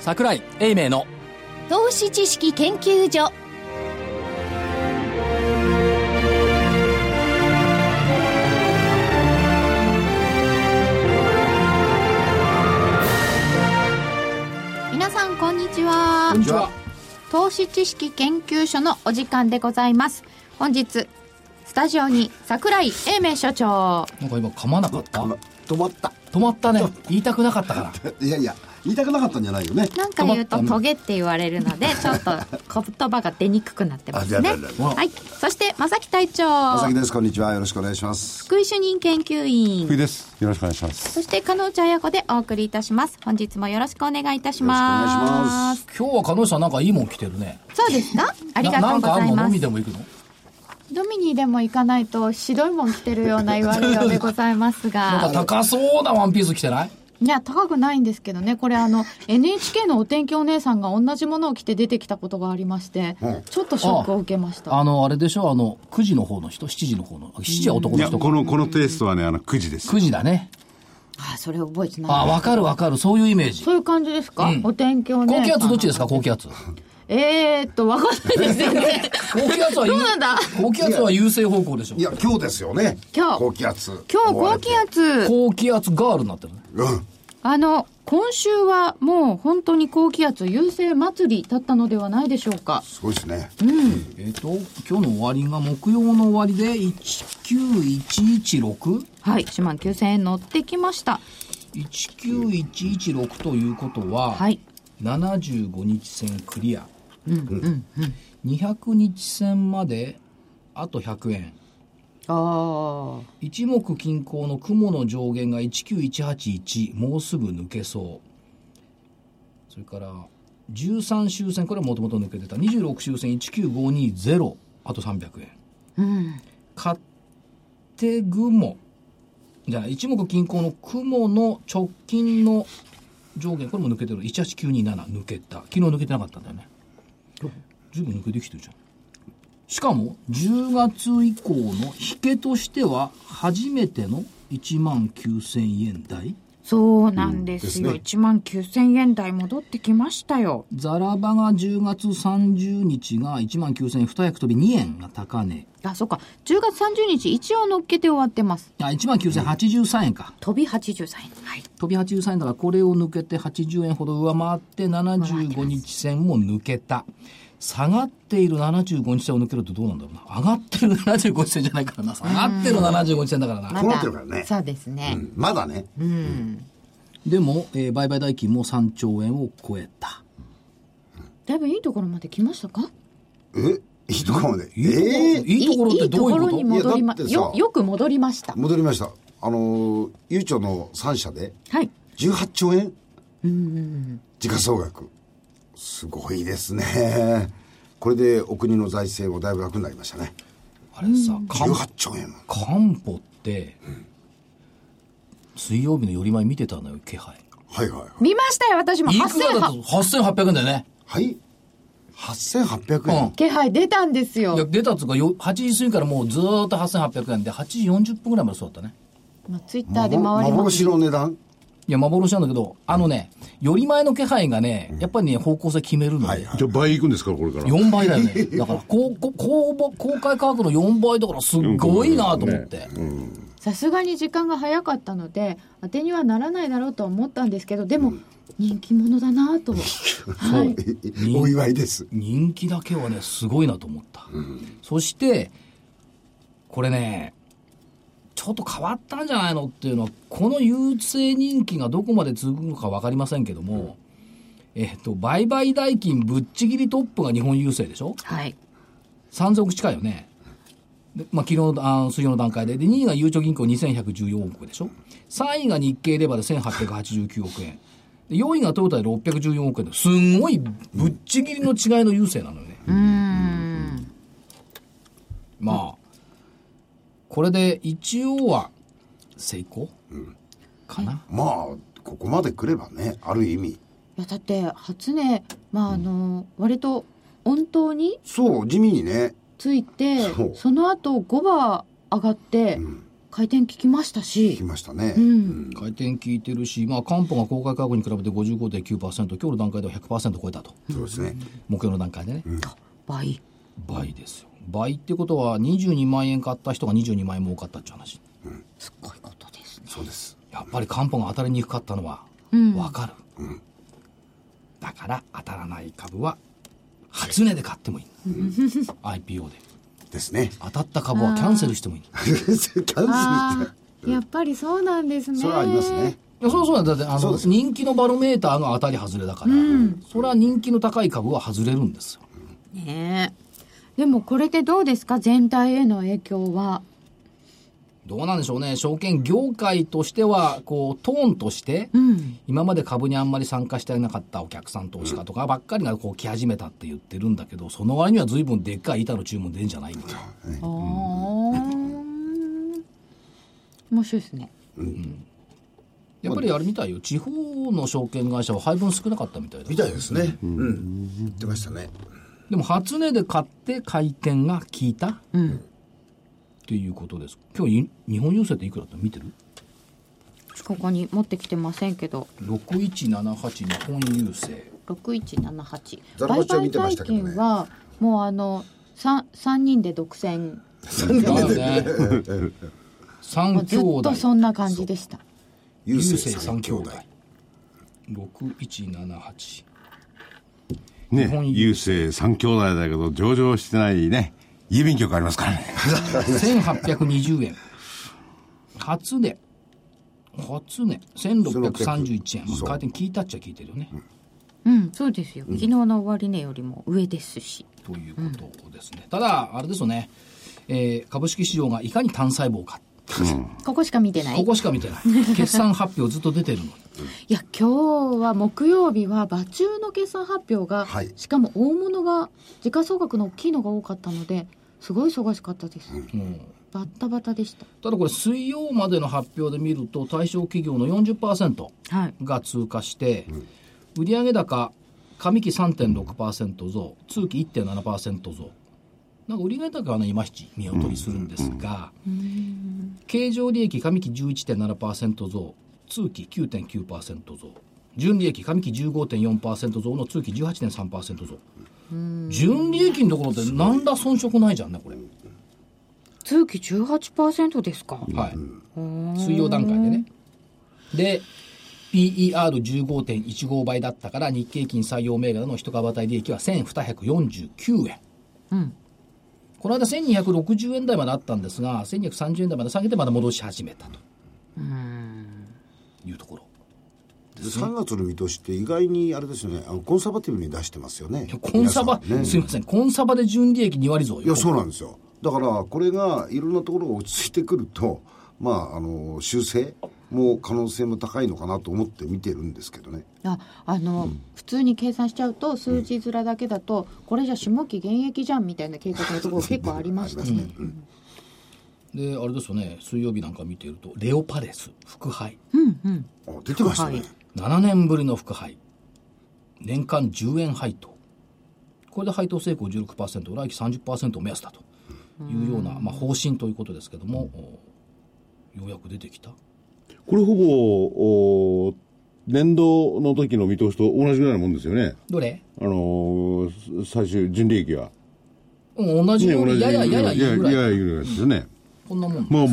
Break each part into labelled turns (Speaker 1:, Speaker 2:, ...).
Speaker 1: 桜井英明の
Speaker 2: 投資知識研究所皆さんこんにちは
Speaker 1: ちは
Speaker 2: 投資知識研究所のお時間でございます本日スタジオに桜井英明所長
Speaker 1: なんか今噛まなかった止
Speaker 3: 止まった
Speaker 1: まったね言いたくなかったから
Speaker 3: いやいや言いたくなかったんじゃないよね
Speaker 2: なんか言うと
Speaker 1: 止まった
Speaker 2: トゲって言われるのでちょっと言葉が出にくくなってますね
Speaker 3: あいやいやい
Speaker 2: はいそして正木隊長
Speaker 3: 朝木ですこんにちはよろしくお願いします
Speaker 2: 福井主任研究
Speaker 4: 福井
Speaker 2: 員
Speaker 4: です。よろしくお願いします。
Speaker 2: そして加納茶彩子でお送りいたします本日もよろしくお願いいたします
Speaker 3: よろしくお願いします
Speaker 1: 今日は鹿野さんなんかいいもん着てるね
Speaker 2: そうですかありがと
Speaker 1: ななん
Speaker 2: うござい
Speaker 1: かあんの
Speaker 2: ま
Speaker 1: 飲み
Speaker 2: す
Speaker 1: でも行くの
Speaker 2: ドミニでも行かないと白いもん着てるような言われようでございま
Speaker 1: な
Speaker 2: す
Speaker 1: ん
Speaker 2: が
Speaker 1: か高そうなワンピース着てない
Speaker 2: いや高くないんですけどねこれ あの NHK のお天気お姉さんが同じものを着て出てきたことがありまして、ちょっとショックを受けました
Speaker 1: あのあれでしょあの9時の方の人7時の方の7時は男
Speaker 4: い
Speaker 1: の
Speaker 4: や、
Speaker 1: 人
Speaker 4: この、このテイストはね、あの、9時です。
Speaker 1: 9時だね
Speaker 2: あそれ覚えて
Speaker 1: あ
Speaker 2: ない
Speaker 1: わかるわかるそういうイメージ
Speaker 2: そういう感じですか、お天気お姉
Speaker 1: 高
Speaker 2: さん
Speaker 1: 気圧どっちですか高気圧
Speaker 2: えーっとわかんないですよ ね
Speaker 1: 高気圧は
Speaker 2: どうなんだ
Speaker 1: 高気圧は優勢方向でしょ
Speaker 3: いや今日ですよね
Speaker 2: 今日
Speaker 3: 高気圧
Speaker 2: 今日高気圧
Speaker 1: 高気圧ガールになってるね
Speaker 3: うん
Speaker 2: あの今週はもう本当に高気圧優勢祭りだったのではないでしょうか
Speaker 3: すごいですね
Speaker 1: えっ、と今日の終わりが木曜の終わりで 19116?19116
Speaker 2: はい1万9000円乗ってきました
Speaker 1: ということは、
Speaker 2: はい
Speaker 1: 75日線クリア、200日線まであと100円
Speaker 2: ああ
Speaker 1: 一目均衡の雲の上限が19181もうすぐ抜けそうそれから13周線これはもともと抜けてた26周線19520あと300円勝手雲じゃない一目均衡の雲の直近の上限これも抜けてる18927抜けた昨日抜けてなかったんだよね十分抜けてきてるじゃんしかも10月以降の引けとしては初めての1万9000円台
Speaker 2: そうなんですよ、1万9000円台戻ってきましたよ
Speaker 1: ザラバが10月30日が1万9000円2役飛び2円が高値
Speaker 2: あそっか10月30日一応乗っけて終わってます
Speaker 1: あ1万9083円か
Speaker 2: 飛び83円はい
Speaker 1: 飛び83円だからこれを抜けて80円ほど上回って75日線も抜けた下がっている75日線を抜けるとどうなんだろうな上がってる75日線じゃないからな下がってる75日線だからな
Speaker 3: こうなってるからね
Speaker 2: そうですね、
Speaker 3: うんまだね
Speaker 1: でも、えー売買代金も3兆円を超えた
Speaker 2: だいぶいいところまで来ましたか
Speaker 3: え いいとこまで
Speaker 1: いいとこ
Speaker 3: ええ
Speaker 1: いいところってどういうこ
Speaker 2: いいところに
Speaker 1: と
Speaker 2: 戻りま
Speaker 3: いやだってさ
Speaker 2: よよく戻りました
Speaker 3: 戻りましたあのーゆうちょの3社で
Speaker 2: はい
Speaker 3: 18兆円時価総額すごいですねこれでお国の財政もだいぶ楽になりましたね
Speaker 1: あれさかん
Speaker 3: 18兆円
Speaker 1: 漢方って、水曜日の寄り前見てたのよ気配
Speaker 3: はいはいはい
Speaker 2: 見ましたよ私も
Speaker 1: いくらだと
Speaker 2: 8800
Speaker 1: 8800円だよね
Speaker 3: はい8800
Speaker 1: う
Speaker 3: 円、
Speaker 1: ん
Speaker 2: 気配出たんですよ
Speaker 1: いや出たっつうかよ8時過ぎからもうずーっと8800円で8時40分ぐらいまでそうだったね
Speaker 2: まあ、ツイッターで回ります
Speaker 3: 幻の値段
Speaker 1: いや幻なんだけどあのね寄り前の気配がねやっぱりね方向性決めるので、
Speaker 4: じゃあ倍行くんですか、これから。
Speaker 1: 4倍だよね。だから、こうこ公募公開価格の4倍だから、すっごいなと思って。
Speaker 2: さすがに時間が早かったので当てにはならないだろうとは思ったんですけどでも人気者だなとはい
Speaker 3: お祝いです
Speaker 1: 人気だけはねすごいなと思った、そしてこれねちょっと変わったんじゃないのっていうのはこの優勢人気がどこまで続くのか分かりませんけども、えっと売買代金ぶっちぎりトップが日本郵政でしょ
Speaker 2: はい
Speaker 1: 3000億近いよねでまあ、昨日あの水曜の段階でで2位がゆうちょ銀行2114億でしょ3位が日経レバーで1889億円で4位がトヨタで614億円ですんごいぶっちぎりの違いの優勢なのよねまあこれで一応は成功かな、
Speaker 3: まあここまで来ればねある意味
Speaker 2: いやだって初音まああの、割と温当に
Speaker 3: そう地味にね
Speaker 2: ついて
Speaker 3: そう
Speaker 2: その後5番上がって、回転聞きましたし
Speaker 3: きましたね。
Speaker 1: 回転効いてるし、まあ、官報が公開価格に比べて55.9%、今日の段階では100%超えたと、
Speaker 3: そうですね。
Speaker 1: 目標の段階でね、
Speaker 2: 倍
Speaker 1: 倍ですよ。倍ってことは、22万円買った人が22万円儲かったっていう話。
Speaker 2: すごいことですね
Speaker 3: そうです。
Speaker 1: やっぱり官報が当たりにくかったのは、わかる、だから、当たらない株は、初値で買ってもいい。IPO で。
Speaker 3: ですね。
Speaker 1: 当たった株はキャンセルしてもいい。
Speaker 3: キャンセルし
Speaker 2: ああ
Speaker 3: て。
Speaker 2: やっぱりそうなんですね
Speaker 3: それはありますね。
Speaker 1: いやそうそうだってあの人気のバロメーターが当たり外れだから、それは人気の高い株は外れるんですよ
Speaker 2: ねえでもこれでどうですか全体への影響は
Speaker 1: どうなんでしょうね証券業界としてはこうトーンとして、今まで株にあんまり参加してなかったお客さん投資家とかばっかりがこう来始めたって言ってるんだけどその割には随分でっかい板の注文出んじゃないみたいな
Speaker 2: ああ面白いですね
Speaker 1: やっぱりあれみたいよ地方の証券会社は配分少なかったみたいだ
Speaker 3: みたいですね。うん。言ってましたね。
Speaker 1: でも初値で買って回転が効いた、っていうことです今日い日本郵政っていくらだった見てる
Speaker 2: ここに持ってきてませんけど
Speaker 1: 6178日本郵政
Speaker 2: 6178
Speaker 3: ザラバ
Speaker 2: 売
Speaker 3: チは
Speaker 2: 買
Speaker 3: 見てま
Speaker 2: 代
Speaker 3: したけどね
Speaker 2: 金はもうあの 3, 三人で独占
Speaker 1: だよ ね
Speaker 2: も
Speaker 1: 三
Speaker 2: うず
Speaker 1: 兄
Speaker 2: っ
Speaker 1: 弟
Speaker 2: とそんな感じでした
Speaker 3: 郵
Speaker 1: 郵
Speaker 3: 政
Speaker 1: 政三
Speaker 3: 三兄
Speaker 1: 兄
Speaker 3: 弟
Speaker 1: 弟。6178
Speaker 4: ね
Speaker 1: 日本郵、
Speaker 4: 郵政三兄弟だけど、上場してないね、郵便局ありますからね。
Speaker 1: 1820円初値初値1631円
Speaker 3: そう
Speaker 1: 回転聞いたっちゃ聞いてるよね、
Speaker 2: うんそうですよ昨日の終値よりも上ですし
Speaker 1: ということですね、ただあれですよね、えー株式市場がいかに単細胞か
Speaker 2: ここしか見てない
Speaker 1: ここしか見てない決算発表ずっと出てるのに
Speaker 2: いや今日は木曜日は場中の決算発表が、
Speaker 3: はい
Speaker 2: しかも大物が時価総額の大きいのが多かったのですごい忙しかったです、バッタバタでした
Speaker 1: ただこれ水曜までの発表で見ると対象企業の40%
Speaker 2: はい
Speaker 1: が通過して、売上高上期3.6%増通期1.7%増なんか売上高はね今七見劣りするんですが、経常利益上期11.7%増通期9.9%増純利益上期15.4%増の通期18.3%増純利益のところって何ら遜色ないじゃんねこれ、
Speaker 2: 通期18%ですか、
Speaker 1: はい、水曜段階でねで PER15.15 倍だったから日経金採用銘柄の一株当たり利益は1249円、この間1260円台まであったんですが1230円台まで下げてまだ戻し始めたというところ
Speaker 3: 3月の見通しって意外にあれですよね、あのコンサバティブに出してますよね。
Speaker 1: コンサバ、
Speaker 3: 皆さんね
Speaker 1: すいませんコンサバで純利益2割増よ
Speaker 3: いや、そうなんですよ。だから、これがいろんなところが落ち着いてくると、まあ、あの、修正も可能性も高いのかなと思って見てるんですけどね。
Speaker 2: ああの、普通に計算しちゃうと数字面だけだと、これじゃ下期現役じゃんみたいな計画のところ結構ありましたね、
Speaker 1: であれですよね水曜日なんか見てるとレオパレス副配
Speaker 3: あ出てましたね。
Speaker 2: はい
Speaker 1: 7年ぶりの副配年間10円配当これで配当成功16%来期30%を目安だというようなまあ、方針ということですけども、おようやく出てきた
Speaker 4: これほぼ、お年度の時の見通しと同じぐらいのもんですよね。
Speaker 1: どれ、
Speaker 4: あのー最終純利益は。
Speaker 1: うん、同じ
Speaker 4: ね、
Speaker 1: ようにややややいいぐらい
Speaker 4: ややいいぐらいですよね。
Speaker 1: こんなもん
Speaker 4: まあまあ、あ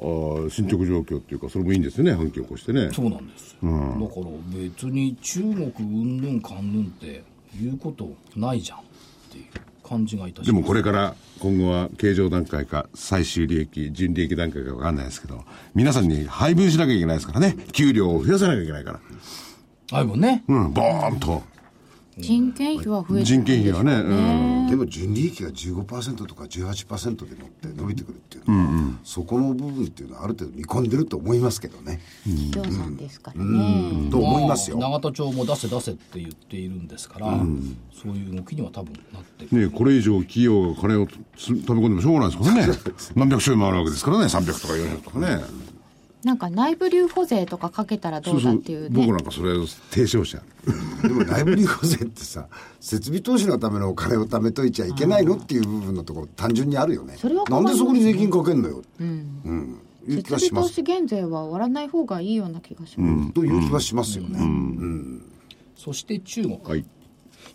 Speaker 4: ー進捗状況っていうか、それもいいんですよね、反響を起こしてね。
Speaker 1: そうなんですよ、だから別に中国うんぬんかんぬんって言うことないじゃんっていう感じがいたします
Speaker 4: でもこれから今後は経常段階か最終利益、純利益段階か分かんないですけど、皆さんに配分しなきゃいけないですからね。給料を増やさなきゃいけないから。
Speaker 1: あれもね
Speaker 4: うん、ボーンと。
Speaker 2: 人件費は増えて
Speaker 4: 人件費はね、うん。
Speaker 3: でも純利益が15%とか18%で乗って伸びてくるっていうのは、そこの部分っていうのはある程度見込んでると思いますけどね。
Speaker 2: 企業さんですからね、
Speaker 3: と思いますよ。
Speaker 1: あ永田町も出せ出せって言っているんですから、そういう動きには多分なってる
Speaker 4: ね、これ以上企業が金をつ食べ込んでもしょうがないですからね何百兆円もあるわけですからね300とか400とかね
Speaker 2: なんか内部留保税とかかけたらど
Speaker 4: そう
Speaker 2: うだ
Speaker 4: そ
Speaker 2: っ
Speaker 4: う
Speaker 2: ていうね
Speaker 4: 僕なんかそれを提唱者
Speaker 3: でも内部留保税ってさ、設備投資のためのお金を貯めといちゃいけないのっていう部分のところ、単純にあるよね。
Speaker 2: それは
Speaker 3: な
Speaker 2: 困
Speaker 3: ん
Speaker 2: り
Speaker 3: で
Speaker 2: ます
Speaker 3: そこに税金かけんのよ。いう気
Speaker 2: 設備
Speaker 3: がしま
Speaker 2: 投
Speaker 3: す
Speaker 2: 資。減税は割らない方がいいような気がします。
Speaker 3: という気がしますよね。
Speaker 1: そして中国、
Speaker 4: はい。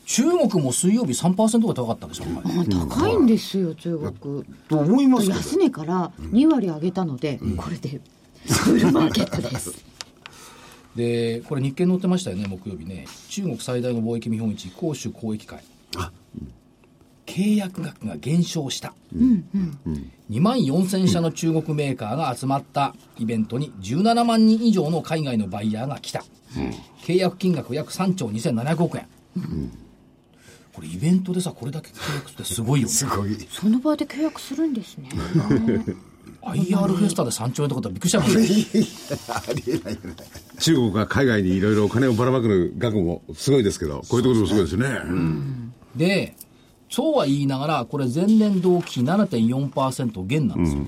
Speaker 1: 中国も水曜日3%が高かったんですよ、
Speaker 2: あ高いんですよ、中国。
Speaker 3: と思いますけど。
Speaker 2: 安値から2割上げたので、これで、フルマーケットです。
Speaker 1: でこれ日経載ってましたよね木曜日ね中国最大の貿易見本市広州交易会契約額が減少した、2万4000社の中国メーカーが集まったイベントに17万人以上の海外のバイヤーが来た、契約金額約3兆2700億円、これイベントでさこれだけ契約ってすごいよね
Speaker 3: すごい。
Speaker 2: その場で契約するんですね。
Speaker 1: IR フェスタで3兆円ってことはびっくりしたもんね
Speaker 4: 中国が海外にいろいろお金をばらまくる額もすごいですけど、こういうところもすごいですね。
Speaker 1: でそうは言いながらこれ前年同期比7.4%減なんですよ、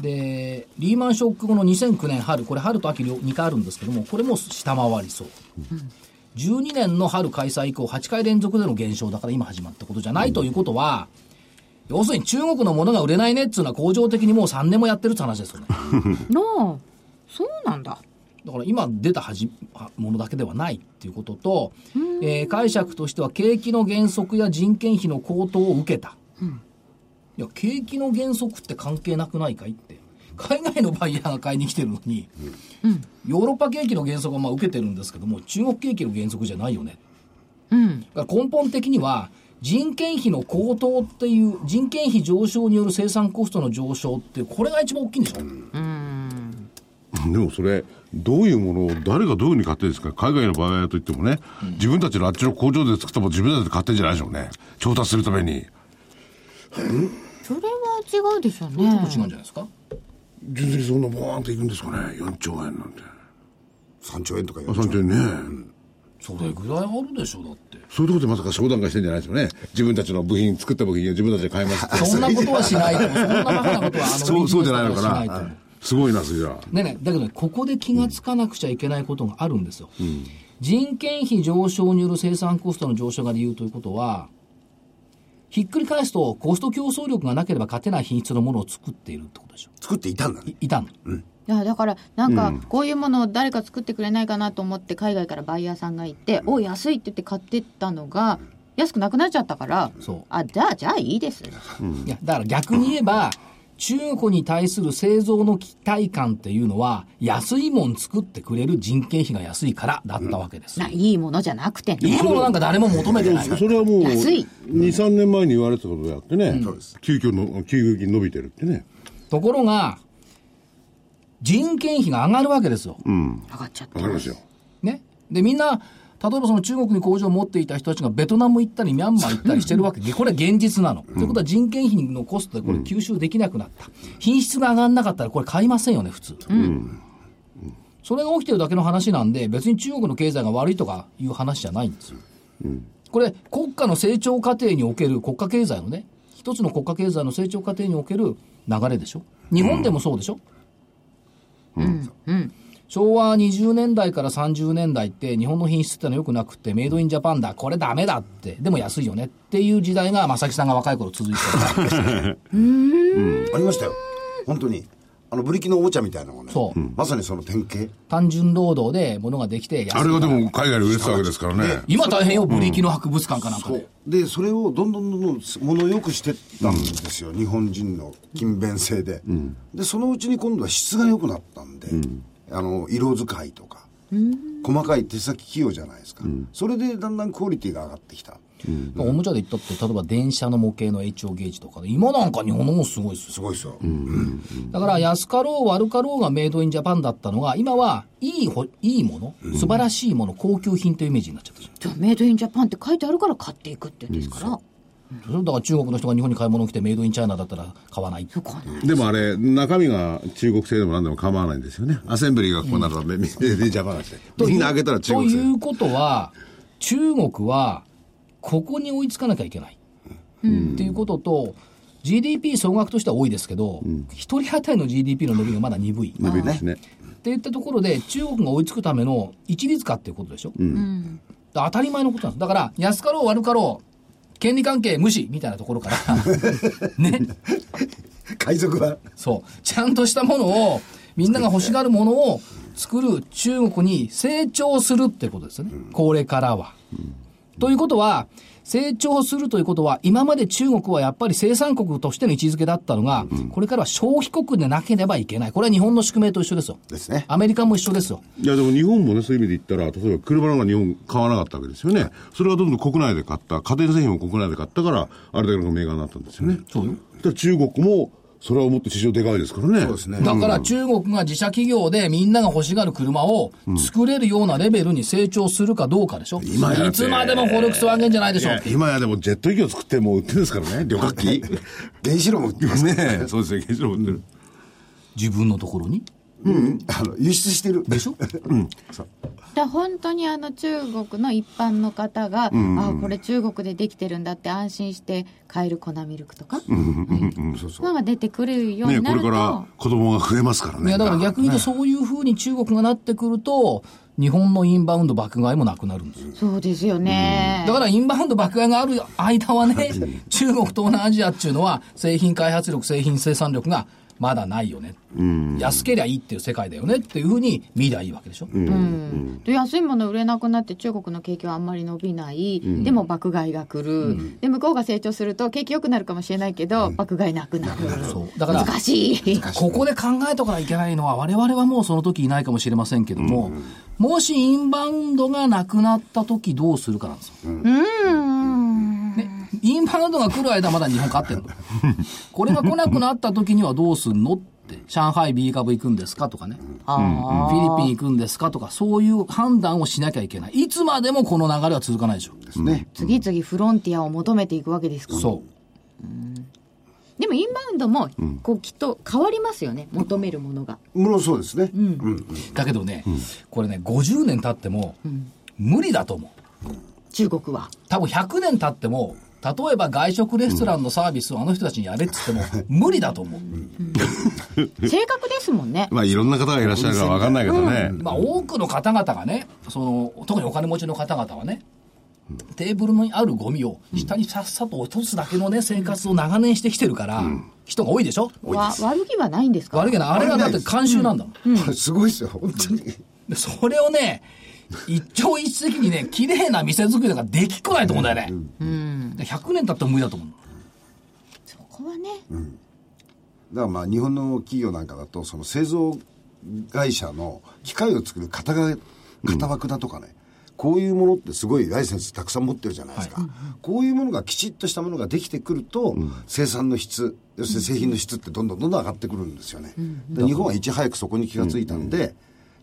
Speaker 1: でリーマンショック後の2009年春これ春と秋両2回あるんですけどもこれも下回りそう、12年の春開催以降8回連続での減少だから今始まったことじゃないということは、要するに中国のものが売れないねっつうのは恒常的にもう3年もやってるって話ですよね
Speaker 2: なあ、そうなんだ。
Speaker 1: だから今出たはじはものだけではないっていうことと、えー解釈としては景気の減速や人件費の高騰を受けた、いや景気の減速って関係なくないかいって海外のバイヤーが買いに来てるのに、ヨーロッパ景気の減速はまあ受けてるんですけども中国景気の減速じゃないよね
Speaker 2: うん。
Speaker 1: だから根本的には人件費の高騰っていう人件費上昇による生産コストの上昇っていうこれが一番大きいんでしょ、
Speaker 4: でもそれ、どういうものを誰がどういうふうに買ってるんですか海外の場合はといってもね、自分たちのあっちの工場で作ったもの自分たちで買ってんじゃないでしょうね。調達するために。
Speaker 2: それは違うでしょう
Speaker 1: ちょっ
Speaker 2: ね
Speaker 1: と違うんじゃないですか
Speaker 4: 純粋にそんなボーンっていくんですかね。4兆円なんて。
Speaker 3: 3兆円とか4
Speaker 4: あ、
Speaker 3: 兆
Speaker 4: 3
Speaker 3: 円。
Speaker 4: 兆円ね。
Speaker 1: それぐらいあるでしょだって
Speaker 4: そういうところでまさか商談会してんじゃないですよね。自分たちの部品、作った部品を自分たちで買いますって。
Speaker 1: そんなことはしないと思う。そんなバカなことは、あの、
Speaker 4: そう、そうじゃないのか
Speaker 1: しと
Speaker 4: な。
Speaker 1: 思
Speaker 4: は
Speaker 1: う
Speaker 4: いすごいな、それじゃあ。
Speaker 1: ねえねえだけどね、ここで気がつかなくちゃいけないことがあるんですよ。人件費上昇による生産コストの上昇が理由ということは、ひっくり返すと、コスト競争力がなければ勝てない品質のものを作っているってことでしょ。
Speaker 3: 作っていたんだね。
Speaker 1: いたの。
Speaker 2: いやだからなんかこういうものを誰か作ってくれないかなと思って海外からバイヤーさんがいて「お安い」って言って買ってったのが安くなくなっちゃったから
Speaker 1: そう
Speaker 2: あじゃあじゃあいいです
Speaker 1: いや、だから逆に言えば、中古に対する製造の期待感っていうのは、安いもん作ってくれる人件費が安いからだったわけです。
Speaker 2: ないいものじゃなくて
Speaker 1: いい
Speaker 2: ね
Speaker 1: ものなんか誰も求めてない。
Speaker 4: それはもう、
Speaker 2: 安い
Speaker 4: 2、3年前に言われてたことであってね
Speaker 3: そうです、
Speaker 4: 急遽の、急激に伸びてるってね。
Speaker 1: ところが、人件費が上がるわけですよ。
Speaker 2: 上がっちゃった
Speaker 4: わかりますよ。
Speaker 1: ね。で、みんな、例えばその中国に工場を持っていた人たちがベトナム行ったりミャンマー行ったりしてるわけ で、これは現実なの。ということは人件費のコストでこれ吸収できなくなった。品質が上がんなかったらこれ買いませんよね、普通。それが起きてるだけの話なんで、別に中国の経済が悪いとかいう話じゃないんですよ。これ、国家の成長過程における国家経済のね、一つの国家経済の成長過程における流れでしょ。日本でもそうでしょ。昭和20年代から30年代って日本の品質ってのは良くなくてメイドインジャパンだこれダメだってでも安いよねっていう時代が正木さんが若い頃続いてた
Speaker 3: ありましたよ。本当に。あの、ブリキのおもちゃみたいなのがね。
Speaker 1: そう
Speaker 3: まさにその典型。
Speaker 1: 単純労働で物ができて安い
Speaker 4: あれがでも海外で売れてたわけですからね。
Speaker 1: 今大変よブリキの博物館かなんか
Speaker 3: そ
Speaker 1: で、
Speaker 3: うでそれをどんどんどんどん物を良くしてったんですよ、日本人の勤勉性で、でそのうちに今度は質が良くなったんで、あの色使いとか、細かい手先器用じゃないですか、それでだんだんクオリティが上がってきた、
Speaker 1: おもちゃで言ったって例えば電車の模型の HO ゲージとかで今なんか日本のものすごいですよ
Speaker 3: すごいですよ、
Speaker 1: だから安かろう悪かろうがメイドインジャパンだったのが今はいいほいいもの素晴らしいもの高級品というイメージになっちゃったじゃん
Speaker 2: じゃあメイドインジャパンって書いてあるから買っていくって言うんですから、
Speaker 1: それだから中国の人が日本に買い物来てメイドインチャイナだったら買わない
Speaker 2: そうかな
Speaker 4: でもあれ、中身が中国製でも何でも構わないんですよね。アセンブリーがこうなるため、みんなでジャパンして。みんな開けたら中国
Speaker 1: とい
Speaker 4: 製。
Speaker 1: うことは、中国は、ここに追いつかなきゃいけない。っていうことと、GDP 総額としては多いですけど、一、人当たりの GDP の伸びがまだ鈍い。
Speaker 4: 伸びですね。
Speaker 1: っていったところで、中国が追いつくための一律化っていうことでしょ、当たり前のことなんです。だから、安かろう悪かろう、権利関係無視みたいなところから、ね、
Speaker 3: 海賊版。
Speaker 1: そう。ちゃんとしたものを、みんなが欲しがるものを作る中国に成長するってことですよね。これからは。ということは、成長するということは、今まで中国はやっぱり生産国としての位置づけだったのが、これからは消費国でなければいけない。これは日本の宿命と一緒ですよ。
Speaker 3: ですね
Speaker 1: アメリカも一緒ですよ。
Speaker 4: いやでも日本もね、そういう意味で言ったら、例えば車なんか日本買わなかったわけですよね。それがどんどん国内で買った、家庭製品を国内で買ったから、あれだけのメーカーになったんですよね。
Speaker 1: そうよ。
Speaker 4: だから中国も、それはもっと市場でかいですからね。そうですね。
Speaker 1: だから中国が自社企業でみんなが欲しがる車を作れるようなレベルに成長するかどうかでしょ。
Speaker 4: 今やって
Speaker 1: いつまでもフォルクスワーゲンじゃないでしょう。
Speaker 4: 今やでもジェット機を作ってもう売ってるんですからね、旅客機。ね
Speaker 3: 原子炉も売ってますね。
Speaker 4: えそうですね、現地の売ってる。
Speaker 1: 自分のところに。
Speaker 3: うん。あの、輸出してる。
Speaker 1: でしょ
Speaker 2: だ本当にあの中国の一般の方が、あこれ中国でできてるんだって安心して買える粉ミルクとか、そうのが出てくるよう
Speaker 4: ね
Speaker 2: にな
Speaker 4: こ
Speaker 2: る
Speaker 4: れ
Speaker 2: と、
Speaker 4: から子供が増えますからね。
Speaker 1: いやだから逆に言うとそういうふうに中国がなってくると、日本のインバウンド爆買いもなくなるんですよ。
Speaker 2: そうですよね、
Speaker 1: だからインバウンド爆買いがある間はね、中国東南アジアっていうのは製品開発力、製品生産力がまだないよね。安けりゃいいっていう世界だよねっていうふうに見りゃいいわけでしょ。
Speaker 2: うんで安いもの売れなくなって中国の景気はあんまり伸びない、でも爆買いが来る、で向こうが成長すると景気良くなるかもしれないけど、爆買いなくなる
Speaker 1: そう。だから、
Speaker 2: 難しい
Speaker 1: ここで考えとかないけないのは、我々はもうその時いないかもしれませんけども、もしインバウンドがなくなった時どうするかなんですよ。ね、インバウンドが来る間まだ日本勝って んの。これが来なくなった時にはどうすんのって、上海 B 株行くんですかとかね、
Speaker 2: あー
Speaker 1: フィリピン行くんですかとか、そういう判断をしなきゃいけない。いつまでもこの流れは続かないでしょ。
Speaker 3: ですね。
Speaker 2: 次々フロンティアを求めていくわけですから
Speaker 1: そう。
Speaker 2: でもインバウンドもこうきっと変わりますよね求めるものが
Speaker 3: もろそうですね。うん。
Speaker 1: だけどね、これね、50年経っても、無理だと思う。
Speaker 2: 中国は
Speaker 1: 多分100年経っても、例えば外食レストランのサービスをあの人たちにやれって言っても、無理だと思う。
Speaker 2: 正確ですもんね
Speaker 4: まあいろんな方がいらっしゃるからわかんないけどね。
Speaker 1: まあ多くの方々がね、その、特にお金持ちの方々はね、テーブルにあるゴミを下にさっさと落とすだけのね、生活を長年してきてるから、人が多いでしょ
Speaker 2: わ悪気はないんですか
Speaker 1: 悪いけど、あれがだって慣習なんだもん。
Speaker 3: これすごいですよ、本当に。
Speaker 1: でそれをね、一朝一夕にね、綺麗な店作りとかできっこないと思うんだよね。で100年経っても無理だと思う。
Speaker 2: そこはね、
Speaker 3: だからまあ日本の企業なんかだとその製造会社の機械を作る型が型枠だとかね、こういうものってすごいライセンスたくさん持ってるじゃないですか、こういうものがきちっとしたものができてくると、生産の質要するに製品の質ってどんどんどんどん上がってくるんですよね、で日本はいち早くそこに気がついたんで、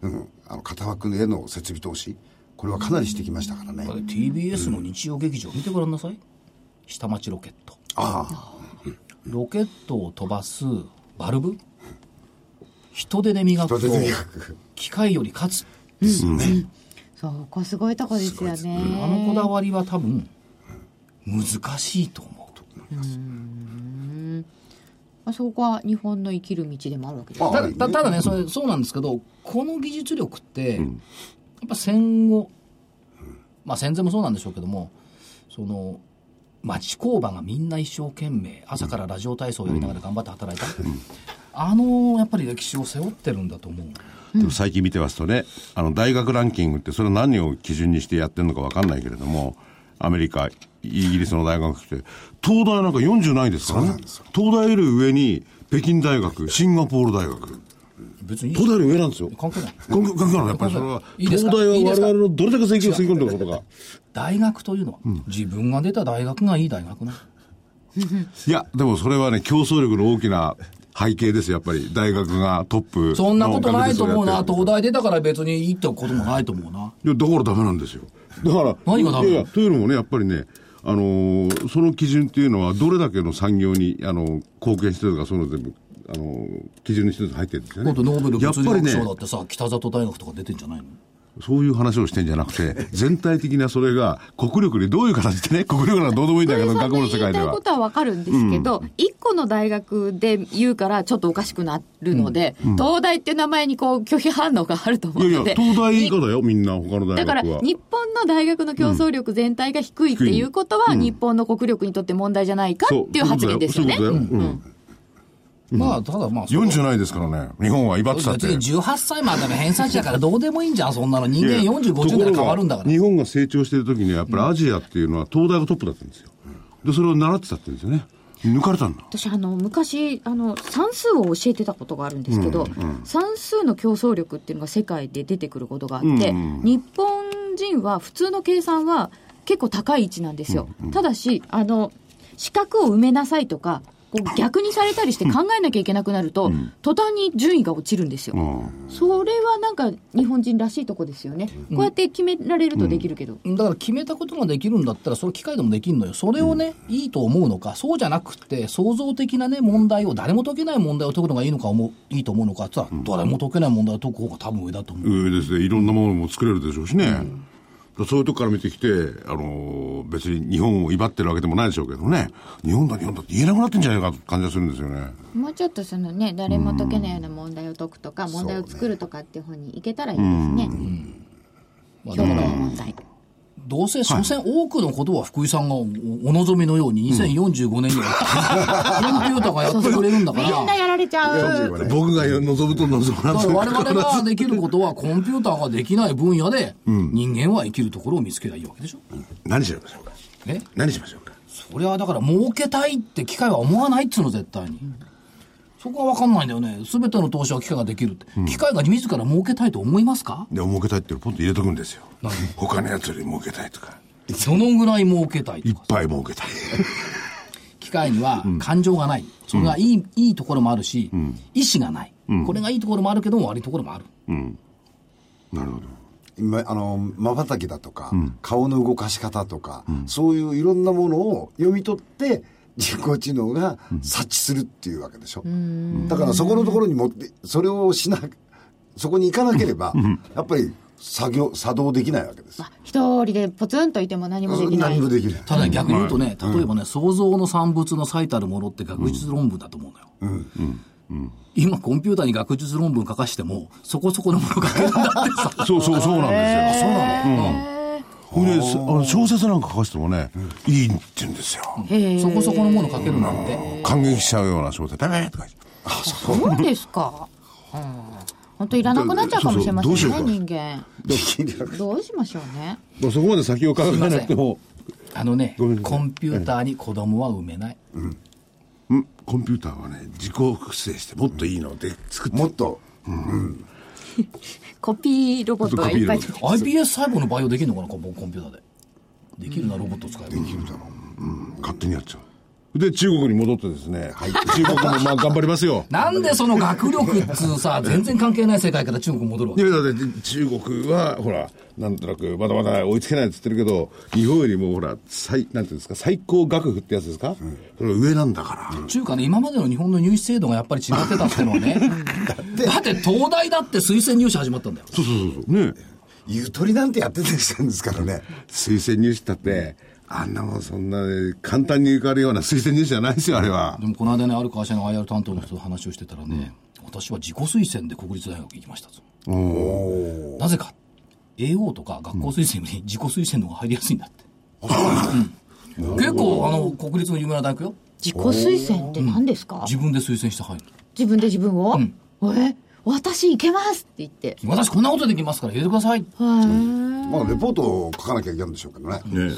Speaker 3: うんあの型枠への設備投資これはかなりしてきましたからね、
Speaker 1: だって TBS の日曜劇場見てごらんなさい下町ロケット
Speaker 3: ああ
Speaker 1: ロケットを飛ばすバルブ人手で磨くと
Speaker 3: 人手で磨く
Speaker 1: 機械より勝つ
Speaker 2: そうこすごいとこですよね
Speaker 1: あのこだわりは多分難しいと思
Speaker 2: あそこは日本の生きる道でもあるわけです
Speaker 3: あ
Speaker 1: うただたただねそれそうなんですけどこの技術力ってやっぱ戦後まあ戦前もそうなんでしょうけどもその町工場がみんな一生懸命朝からラジオ体操をやりながら頑張って働いた、あのやっぱり歴史を背負ってるんだと思う
Speaker 4: でも最近見てますとね、あの大学ランキングって、それ何を基準にしてやってるのか分かんないけれども、アメリカ、イギリスの大学って、東大なんか40ないですからね、東大より上に北京大学、シンガポール大学、
Speaker 1: 別にいい
Speaker 4: 東大より上なんですよ。
Speaker 1: 関係ない
Speaker 4: 関係関係ないやっぱりそれはい
Speaker 1: いです
Speaker 4: 東
Speaker 1: か
Speaker 4: 大
Speaker 1: いいで
Speaker 4: は
Speaker 1: すか
Speaker 4: 我々のどれだけ政権を吸い込んでることか。
Speaker 1: 大学というのは、自分が出た大学がいい大学なの
Speaker 4: いや、でもそれはね、競争力の大きな背景ですよ、やっぱり。大学がトップの
Speaker 1: そんなことないと思う
Speaker 4: 学
Speaker 1: な
Speaker 4: 術
Speaker 1: 東
Speaker 4: をやってる
Speaker 1: 大出たから別にいいってこともないと思うない
Speaker 4: や、だからダメなんですよ。だから、
Speaker 1: 何がダメなの
Speaker 4: いやいやというのもね、やっぱりね、あのーその基準っていうのは、どれだけの産業に、あのー貢献してるか、そういうの全部、あのー基準に一つ入ってるんですよね。
Speaker 1: 今度ノーベル
Speaker 4: やっ
Speaker 1: 物理
Speaker 4: ぱり
Speaker 1: 学
Speaker 4: ね
Speaker 1: 賞だ、ってさ、北里大学とか出てんじゃないの
Speaker 4: そういう話をしてんじゃなくて、全体的なそれが、国力にどういう形でね、国力なんかどうでもいいんだけど、
Speaker 2: そ
Speaker 4: 学
Speaker 2: んな
Speaker 4: 問の
Speaker 2: 言
Speaker 4: 世
Speaker 2: い
Speaker 4: 界で
Speaker 2: たい
Speaker 4: は
Speaker 2: こ。とはわかるんですけど、一個の大学で言うからちょっとおかしくなるので、東大って名前にこう拒否反応があると思
Speaker 4: いうやい
Speaker 2: の
Speaker 4: や、
Speaker 2: で。
Speaker 4: 東大以下だよ、みんな、他の大
Speaker 2: だから
Speaker 4: 学は。
Speaker 2: 日本の大学の競争力全体が低いっていうことは、日本の国力にとって問題じゃないか
Speaker 4: そう
Speaker 2: っていう発言ですよね。
Speaker 4: そういうことだよ。うん
Speaker 1: まあ、ただまあ、
Speaker 4: 40ないですからね。日本は威張ってたって。
Speaker 1: 別に18歳までの偏差値だからどうでもいいんじゃん、そんなの。人間40、50代で変わるんだから。
Speaker 4: 日本が成長してる時にはやっぱりアジアっていうのは東大がトップだったんですよ。で、それを習ってたって言うんですよね。抜かれたんだ。
Speaker 5: 私あの昔あの算数を教えてたことがあるんですけど、算数の競争力っていうのが世界で出てくることがあって、日本人は普通の計算は結構高い位置なんですよ、ただしあの四角を埋めなさいとかこう逆にされたりして考えなきゃいけなくなると、途端に順位が落ちるんですよ、
Speaker 4: うん
Speaker 5: それはなんか日本人らしいとこですよね、こうやって決められるとできるけど、
Speaker 1: だから決めたことができるんだったら、その機械でもできるのよ。それをね、いいと思うのか、そうじゃなくて、創造的なね、問題を、誰も解けない問題を解くのがいいのか思う、いいと思うのかって言ったら、誰も解けない問題を解く方が多分上だと思う。
Speaker 4: 上ですね、いろんなものも作れるでしょうしね、だからそういうとこから見てきて、あのー別に日本を威張ってるわけでもないでしょうけどね、日本だ、日本だって言えなくなってんじゃないかと感じがするんですよね。
Speaker 2: もうちょっとそのね誰も解けないような問題を解くとか、問題を作るとかっていう方に行けたらいいですね、
Speaker 1: まあだ
Speaker 2: 今日
Speaker 1: か
Speaker 2: の
Speaker 1: ら、
Speaker 2: 問題
Speaker 1: どうせ、所詮多くのことは福井さんがおお望みのように、2045年には、コンピューターがやってくれるんだから。
Speaker 2: みんなやられちゃう
Speaker 4: 僕が望むと望
Speaker 1: だ
Speaker 4: まな
Speaker 1: か
Speaker 4: と
Speaker 1: ら我々ができることはコンピューターができない分野で人間は生きるところを見つけりゃいいわけでしょ、
Speaker 4: 何しましょうか
Speaker 1: え
Speaker 4: 何しましょうか
Speaker 1: それはだから儲けたいって機械は思わないっつうの絶対に、そこは分かんないんだよね全ての投資は機械ができるって、機械が自ら儲けたいと思いますか
Speaker 4: で、儲けたいっていうのをポンと入れとくんですよ。他のやつより儲けたいとか、
Speaker 1: どのぐらい儲けたい
Speaker 4: いっ
Speaker 1: とか
Speaker 4: ぱい儲けたい。
Speaker 1: 機械には感情がない、それがいいいいところもあるし、意志がない、これがいいところもあるけども悪いところもある、
Speaker 4: なるほど。
Speaker 3: 今あの瞬きだとか、顔の動かし方とか、そういういろんなものを読み取って人工知能が察知するっていうわけでしょ、だからそこのところに持ってそれをしなそこに行かなければ、やっぱり作業作動できないわけです、
Speaker 2: 一人でポツンといても何もできない、
Speaker 3: 何もできない
Speaker 1: ただね逆に言うとね、例えばね、創造の産物の最たるものって学術論文だと思うのよ。今、コンピューターに学術論文書かしても、そこそこのもの書けるんだってさ。
Speaker 4: そうそう、そうなんですよ。そうなの、うん、ほいで、すあの小説なんか書かせてもね、いいって言うんですよ。
Speaker 1: そこそこのもの書けるんだって。
Speaker 4: 感激しちゃうような小説、ダメとか言って。
Speaker 2: そうですか、うん、本当いらなくなっちゃうかもしれませんね
Speaker 4: そうそうどうしよ
Speaker 2: 人間どうしましょうね
Speaker 4: まあそこまで先を考えなくても、
Speaker 1: あのね、
Speaker 4: ごめんなさい
Speaker 1: コンピューターに子供は産めない。
Speaker 4: うんコンピューターはね、自己複製してもっといいので作って、
Speaker 3: もっと
Speaker 5: コピーロボットがいっぱい
Speaker 1: iPS 細胞の培養できるのかな、コンコンピューターで。できるな、ロボット使えば。
Speaker 4: うん勝手にやっちゃう。で、中国に戻ってですね、中国もまあ頑張りますよ。
Speaker 1: なんでその学力っつうさ、全然関係ない世界から中国戻るわ
Speaker 4: い
Speaker 1: け。
Speaker 4: やだって中国は、ほら、なんとなく、まだまだ追いつけないって言ってるけど、日本よりもほら、最、なんていうんですか、最高学府ってやつですか、それ上なんだから。
Speaker 1: 中華ね、今までの日本の入試制度がやっぱり違ってたってのは ね。だって、東大だって推薦入試始まったんだよ。
Speaker 4: そうそうそうそう。ね
Speaker 3: ゆとりなんてやってたりしたんですからね
Speaker 4: 推薦入試だって、あんなもんそんな、ね、簡単に受かるような推薦入試じゃないですよ、あれは
Speaker 1: で。もこの間ねある会社の IR 担当の人と話をしてたらね、私は自己推薦で国立大学行きましたとなぜか AO とか学校推薦より自己推薦の方が入りやすいんだって、うん結構あの国立の有名な大学よ
Speaker 5: 自己推薦って何ですか
Speaker 1: 自分で推薦して入る
Speaker 5: 自分で自分を、え私いけますって言って
Speaker 1: 私こんなことできますから入れてください
Speaker 3: まあレポートを書かなきゃいけないんでしょうけどね、
Speaker 5: そりゃ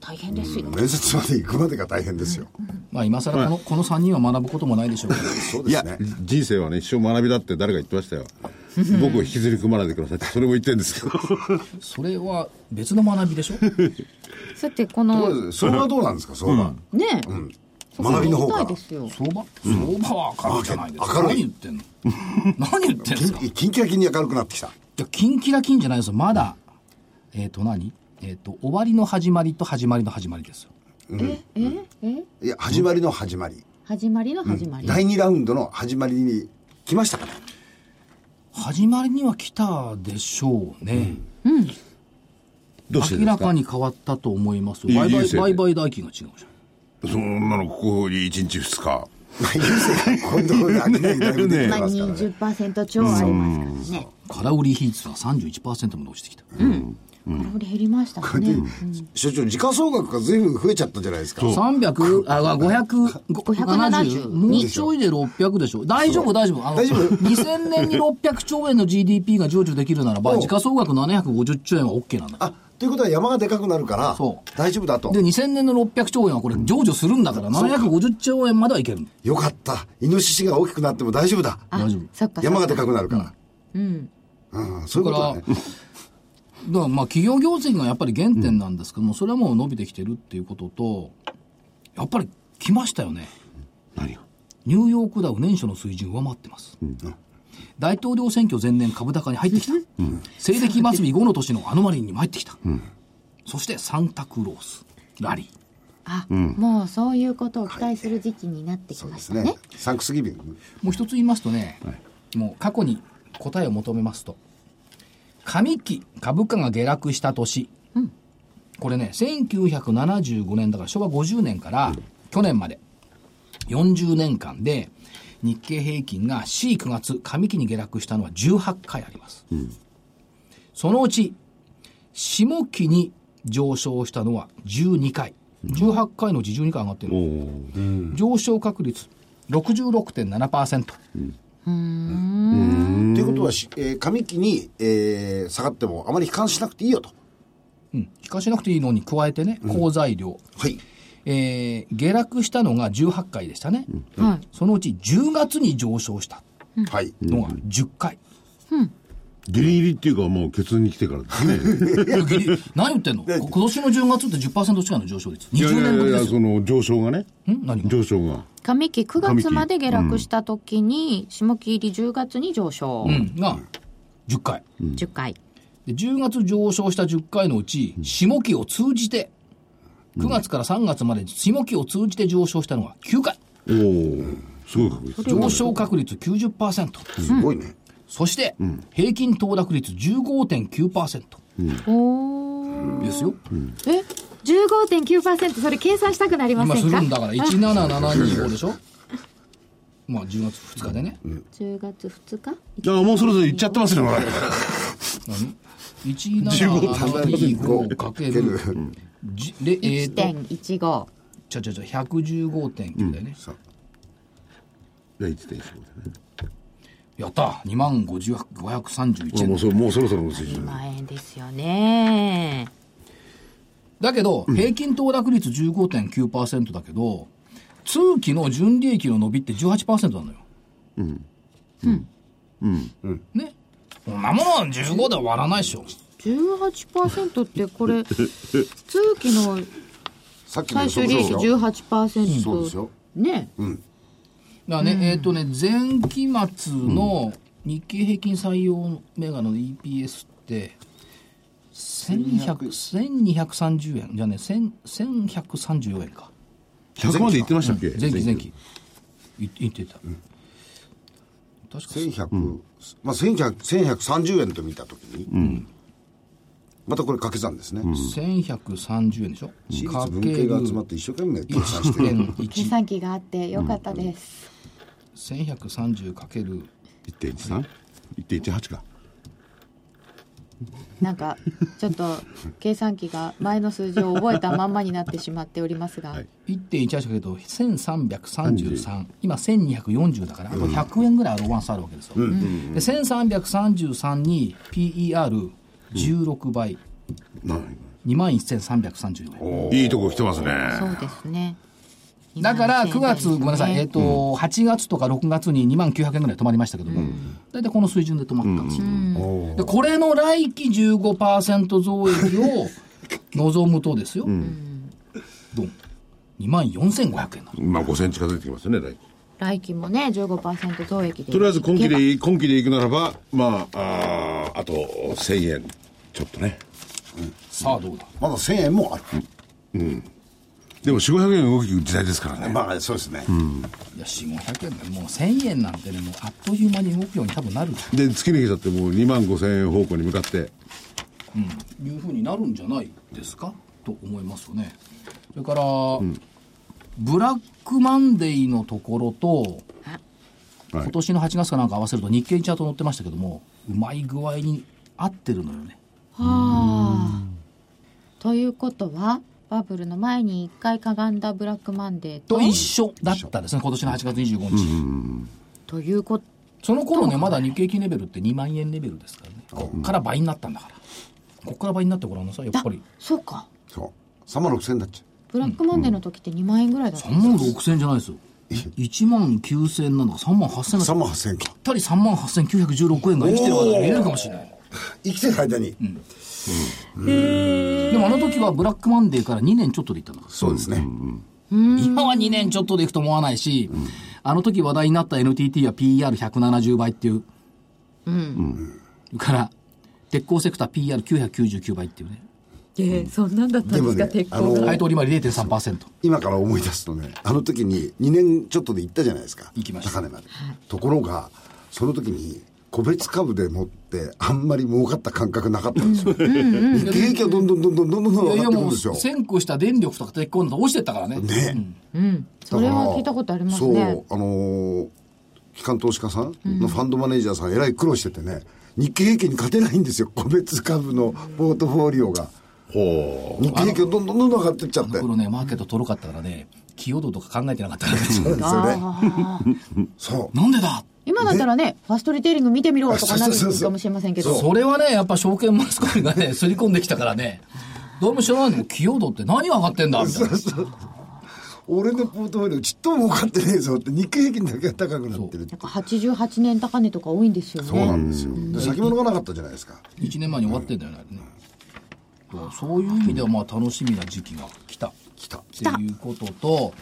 Speaker 5: 大変ですよ、
Speaker 3: 面接まで行くまでが大変ですよ、
Speaker 1: まあ今更この,、この3人は学ぶこともないでしょうけど
Speaker 3: そう
Speaker 4: い
Speaker 3: で
Speaker 4: や
Speaker 3: すね、
Speaker 4: 人生はね、一生学びだって誰か言ってましたよ。僕を引きずり組まないでくださいって、それも言ってるんですけど。
Speaker 1: それは別の学びでしょ
Speaker 5: さてこの
Speaker 3: そうですそれはどうなんですかそうなん
Speaker 5: ねえ、
Speaker 3: 学びの方
Speaker 5: そこ聞きたい
Speaker 3: か
Speaker 5: ですよ
Speaker 1: 相場相場は明るいじゃないですか、
Speaker 3: 明る
Speaker 1: 何
Speaker 3: い
Speaker 1: 言ってんの 何言ってんですか
Speaker 3: キンキラキンに明るくなってきた。
Speaker 1: いや、キンキラキンじゃないですよ。まだ、えっ、と何、えっ、と、終わりの始まりと始まりの始まりですよ。
Speaker 3: いや、始まりの始まり。
Speaker 2: 始まりの始まり、
Speaker 3: 第2ラウンドの始まりに来ましたから。
Speaker 1: 始まりには来たでしょうね。
Speaker 4: どうして
Speaker 1: 明
Speaker 4: です
Speaker 1: らか
Speaker 4: か
Speaker 1: に変わったと思います
Speaker 4: いい
Speaker 1: よ。売
Speaker 4: いい
Speaker 1: 買、
Speaker 4: ですよ
Speaker 1: 売買代金が違うじゃん。
Speaker 4: そんなの、ここに1日2日。
Speaker 3: こういうところで飽きないだいぶできて
Speaker 2: まあ
Speaker 3: ますからね。
Speaker 2: 20%超ありますからね、
Speaker 1: 空売り比率は31%まで落ちてきた。
Speaker 2: 空売り減りましたもんね。
Speaker 3: 所長、時価総額が随分増えちゃったじゃないですか。
Speaker 1: 300あ500
Speaker 5: 570
Speaker 1: 570もうちょいで600でしょ大丈夫大丈夫あの
Speaker 3: 大丈夫
Speaker 1: 2000年に600兆円の GDP が成就できるならば
Speaker 3: お
Speaker 1: 時価総額750兆円は OK なんだよ
Speaker 3: あ、ということは山がでかくなるから
Speaker 1: そ、う
Speaker 3: 大丈夫だと
Speaker 1: で。2000年の600兆円はこれ成就するんだから750兆円まではいける
Speaker 3: よかった。イノシシが大きくなっても大丈夫だ。
Speaker 1: 大丈夫
Speaker 5: そっか。
Speaker 3: 山がでかくなるから。うん。そういうことだね。
Speaker 1: だからまあ企業業績がやっぱり原点なんですけども、それはもう伸びてきてるっていうこととやっぱり来ましたよね
Speaker 4: 何が
Speaker 1: ニューヨークダウ年初の水準上回ってます、大統領選挙前年株高に入ってきた、西暦末日後の年のアノマリーにも入ってきた、そしてサンタクロースラリー
Speaker 2: あ、もうそういうことを期待する時期になってき
Speaker 3: そう
Speaker 2: ま
Speaker 3: で
Speaker 2: し
Speaker 3: す
Speaker 2: たね。
Speaker 3: ね。サンクスギビング。
Speaker 1: もう一つ言いますとね、もう過去に答えを求めますと、上期株価が下落した年、これね、1975年だから昭和50年から去年まで、40年間で日経平均が C9 月上期に下落したのは18回あります。そのうち、下期に上昇したのは12回。18回のうち12回上がってる。上昇確率66.7%、
Speaker 3: ということはし、えー上期に、えー下がってもあまり悲観しなくていいよと。
Speaker 1: うん、引かしなくていいのに加えてね好材料、
Speaker 3: はい。
Speaker 1: えー下落したのが18回でしたね、
Speaker 5: はい。
Speaker 1: そのうち10月に上昇した
Speaker 3: はい。
Speaker 1: のが10回、
Speaker 4: ギリギリっていうかもうケツに来てからですね。
Speaker 1: ギ リ何言ってんの今年の10月って10%近いの上昇率20年ぶりですよ
Speaker 4: その上昇がね。
Speaker 1: ん何が
Speaker 4: 上昇が。
Speaker 5: 上期9月まで下落した時に、下期入り10月に上昇、
Speaker 1: うんが10回
Speaker 5: 10回。
Speaker 1: で10月上昇した10回のうち下期を通じて9月から3月まで下期を通じて上昇したのが9回
Speaker 4: おお、すごい確率。
Speaker 1: 上昇確率90%、
Speaker 3: すごいね。
Speaker 1: そして、平均騰落率15.9%ですよ。
Speaker 2: え、15.9%それ計算したくなりま
Speaker 1: 今
Speaker 2: せ
Speaker 1: す
Speaker 2: ん
Speaker 1: る
Speaker 2: か
Speaker 1: んだから、17725でしょまあ、10月2日でね。
Speaker 2: 10月2日
Speaker 4: ああ、もうそろそろ行っちゃってますね、これ。
Speaker 1: 17725かける、じでえっ、と、
Speaker 5: 1.15。
Speaker 1: ちゃちゃちゃ、115.9だよね。
Speaker 4: じゃあ1.15でね。
Speaker 1: やった2万531
Speaker 4: も
Speaker 1: 円
Speaker 4: う。そもうそろそろの水準。
Speaker 5: 万円ですよね。
Speaker 1: だけど、平均騰落率15.9%だけど、通期の純利益の伸びって18%なのよ。うん。うん。うん。ね。こんなものは15では終わらないでしょ。
Speaker 5: 18%ってこれ、通期の
Speaker 3: さっきの
Speaker 5: 最終利益
Speaker 3: そう
Speaker 5: 18%。
Speaker 3: そうですよ。
Speaker 5: ね。
Speaker 1: だからね、えっ、とね、前期末の日経平均採用銘柄の EPS って、1200 1230円じゃね1000 1134円か
Speaker 4: 100まで行ってましたっけ
Speaker 1: 前期前期い言ってた、確か
Speaker 3: 1100、まあ、1100 1130円と見たときに、またこれ掛け算ですね。
Speaker 1: 1130円でしょ
Speaker 3: 私
Speaker 1: か
Speaker 3: 立文
Speaker 1: け
Speaker 3: 系
Speaker 1: る
Speaker 3: が集まって一生懸命計算してる。
Speaker 2: 計
Speaker 1: 1.1
Speaker 2: 算機があってよかったです。
Speaker 1: 1130かける
Speaker 4: 1.13?1.18 か。
Speaker 2: なんかちょっと計算機が前の数字を覚えたまんまになってしまっておりますが、
Speaker 4: い
Speaker 1: 1.18かけると1333今1240だからあと100円ぐらいアドバンスあるわけですよ、で1333に PER16 倍
Speaker 4: なん
Speaker 1: 2万1334円
Speaker 4: いいとこ来てますね。
Speaker 5: そうですね。
Speaker 1: だから9月ごめんなさい、えっ
Speaker 5: ね
Speaker 1: と8月とか6月に2万900円ぐらい止まりましたけども、大体この水準で止まったんですよ、でこれの来期15%増益を望むとですよ、ドン2万4500円なの
Speaker 4: まあ5センチ近づいてきますね、大体
Speaker 5: 来期もね、15%増益で。
Speaker 4: とりあえず今期でいい、今期で行くならば、まあ、あーあと1000円、ちょっとね。
Speaker 1: さあどうだ
Speaker 3: まだ1000円もある。
Speaker 4: でも4、500円動き時代ですからね。
Speaker 3: まあ、そうですね。
Speaker 1: いや、4、500円だよもう1000円なんてね、もうあっという間に動くように多分なる
Speaker 4: で、月に来ちゃってもう2万5000円方向に向かって、
Speaker 1: というふうになるんじゃないですかと思いますよね。それから、ブラックマンデーのところと、
Speaker 4: はい
Speaker 1: 今年の8月かなんか合わせると日経チャート載ってましたけども、うまい具合に合ってるのよね。
Speaker 2: はあ。ということはバブルの前に1回かがんだブラックマンデーと
Speaker 1: と一緒だったですね、今年の8月25日。
Speaker 2: ということ
Speaker 1: その頃ね、まだ日経金レベルって2万円レベルですからね。こっから倍になったんだから。こっから倍になってごらんなさい、やっぱり。
Speaker 2: そうか
Speaker 3: そう3万6000だっちゃ
Speaker 2: ブラックマンデーの時って2万円ぐらいだった、
Speaker 1: 3万6000じゃないですよ。1万9000なんだから3万8000
Speaker 3: う
Speaker 1: だ
Speaker 3: 3
Speaker 1: ぴっ
Speaker 3: 万8000か
Speaker 1: たり3万8916円が生きてる間に見れるかもしれない。
Speaker 3: 生きてる間に、
Speaker 1: でもあの時はブラックマンデーから2年ちょっとで行ったんだから。
Speaker 3: そうですね、
Speaker 1: 今は2年ちょっとでいくと思わないし、あの時話題になった NTT は PR170 倍っていう。うん。から、鉄鋼セクター PR999 倍っていうね。
Speaker 5: えーそんなんだったんですか、
Speaker 3: でもね
Speaker 5: 鉄
Speaker 3: あの
Speaker 5: 鋼が
Speaker 1: 配当利回り0.3%。
Speaker 3: 今から思い出すとねあの時に2年ちょっとで行ったじゃないですか
Speaker 1: 行きました
Speaker 3: 高値まで、ところがその時に個別株でもってあんまり儲かった感覚なかったんですよ日経平均はどんどんどんどんどんどんどん
Speaker 1: いやい
Speaker 3: 上が
Speaker 1: や
Speaker 3: ってくるん
Speaker 1: もう、
Speaker 3: ですよ
Speaker 1: 先行した電力とか鉄鋼など落ちてったからね。
Speaker 3: ね、
Speaker 2: それは聞いたことありますね
Speaker 3: そうあのー機関投資家さんのファンドマネージャーさん、えらい苦労しててね日経平均に勝てないんですよ個別株のポートフォリオが
Speaker 4: ほ
Speaker 3: 日経平均どんどんどんどん上がってっちゃって
Speaker 1: このね、マーケットとろかったからね、寄与度とか考えてなかったからね。
Speaker 3: そうですよね
Speaker 2: あー
Speaker 3: そう
Speaker 1: なんでだ
Speaker 2: 今だったらねファーストリテイリング見てみろとかなる
Speaker 3: そうそうそうそう
Speaker 2: かもしれませんけど
Speaker 1: それはね、やっぱ証券マスコミがね、すり込んできたからね、どうも知らないのに、寄与度って何上がってんだみたいな。
Speaker 3: 俺のポートフォリオちっとも儲かってねえぞって日経平均だけが高くなってるって
Speaker 2: なんか88年高値とか多いんですよ
Speaker 3: そうな
Speaker 2: ね
Speaker 3: んですよで先物がなかったじゃないですか
Speaker 1: 1年前に終わってんだよね、あれね。そういう意味では、まあ、楽しみな時期が来た。
Speaker 3: 来た
Speaker 1: っていうことと、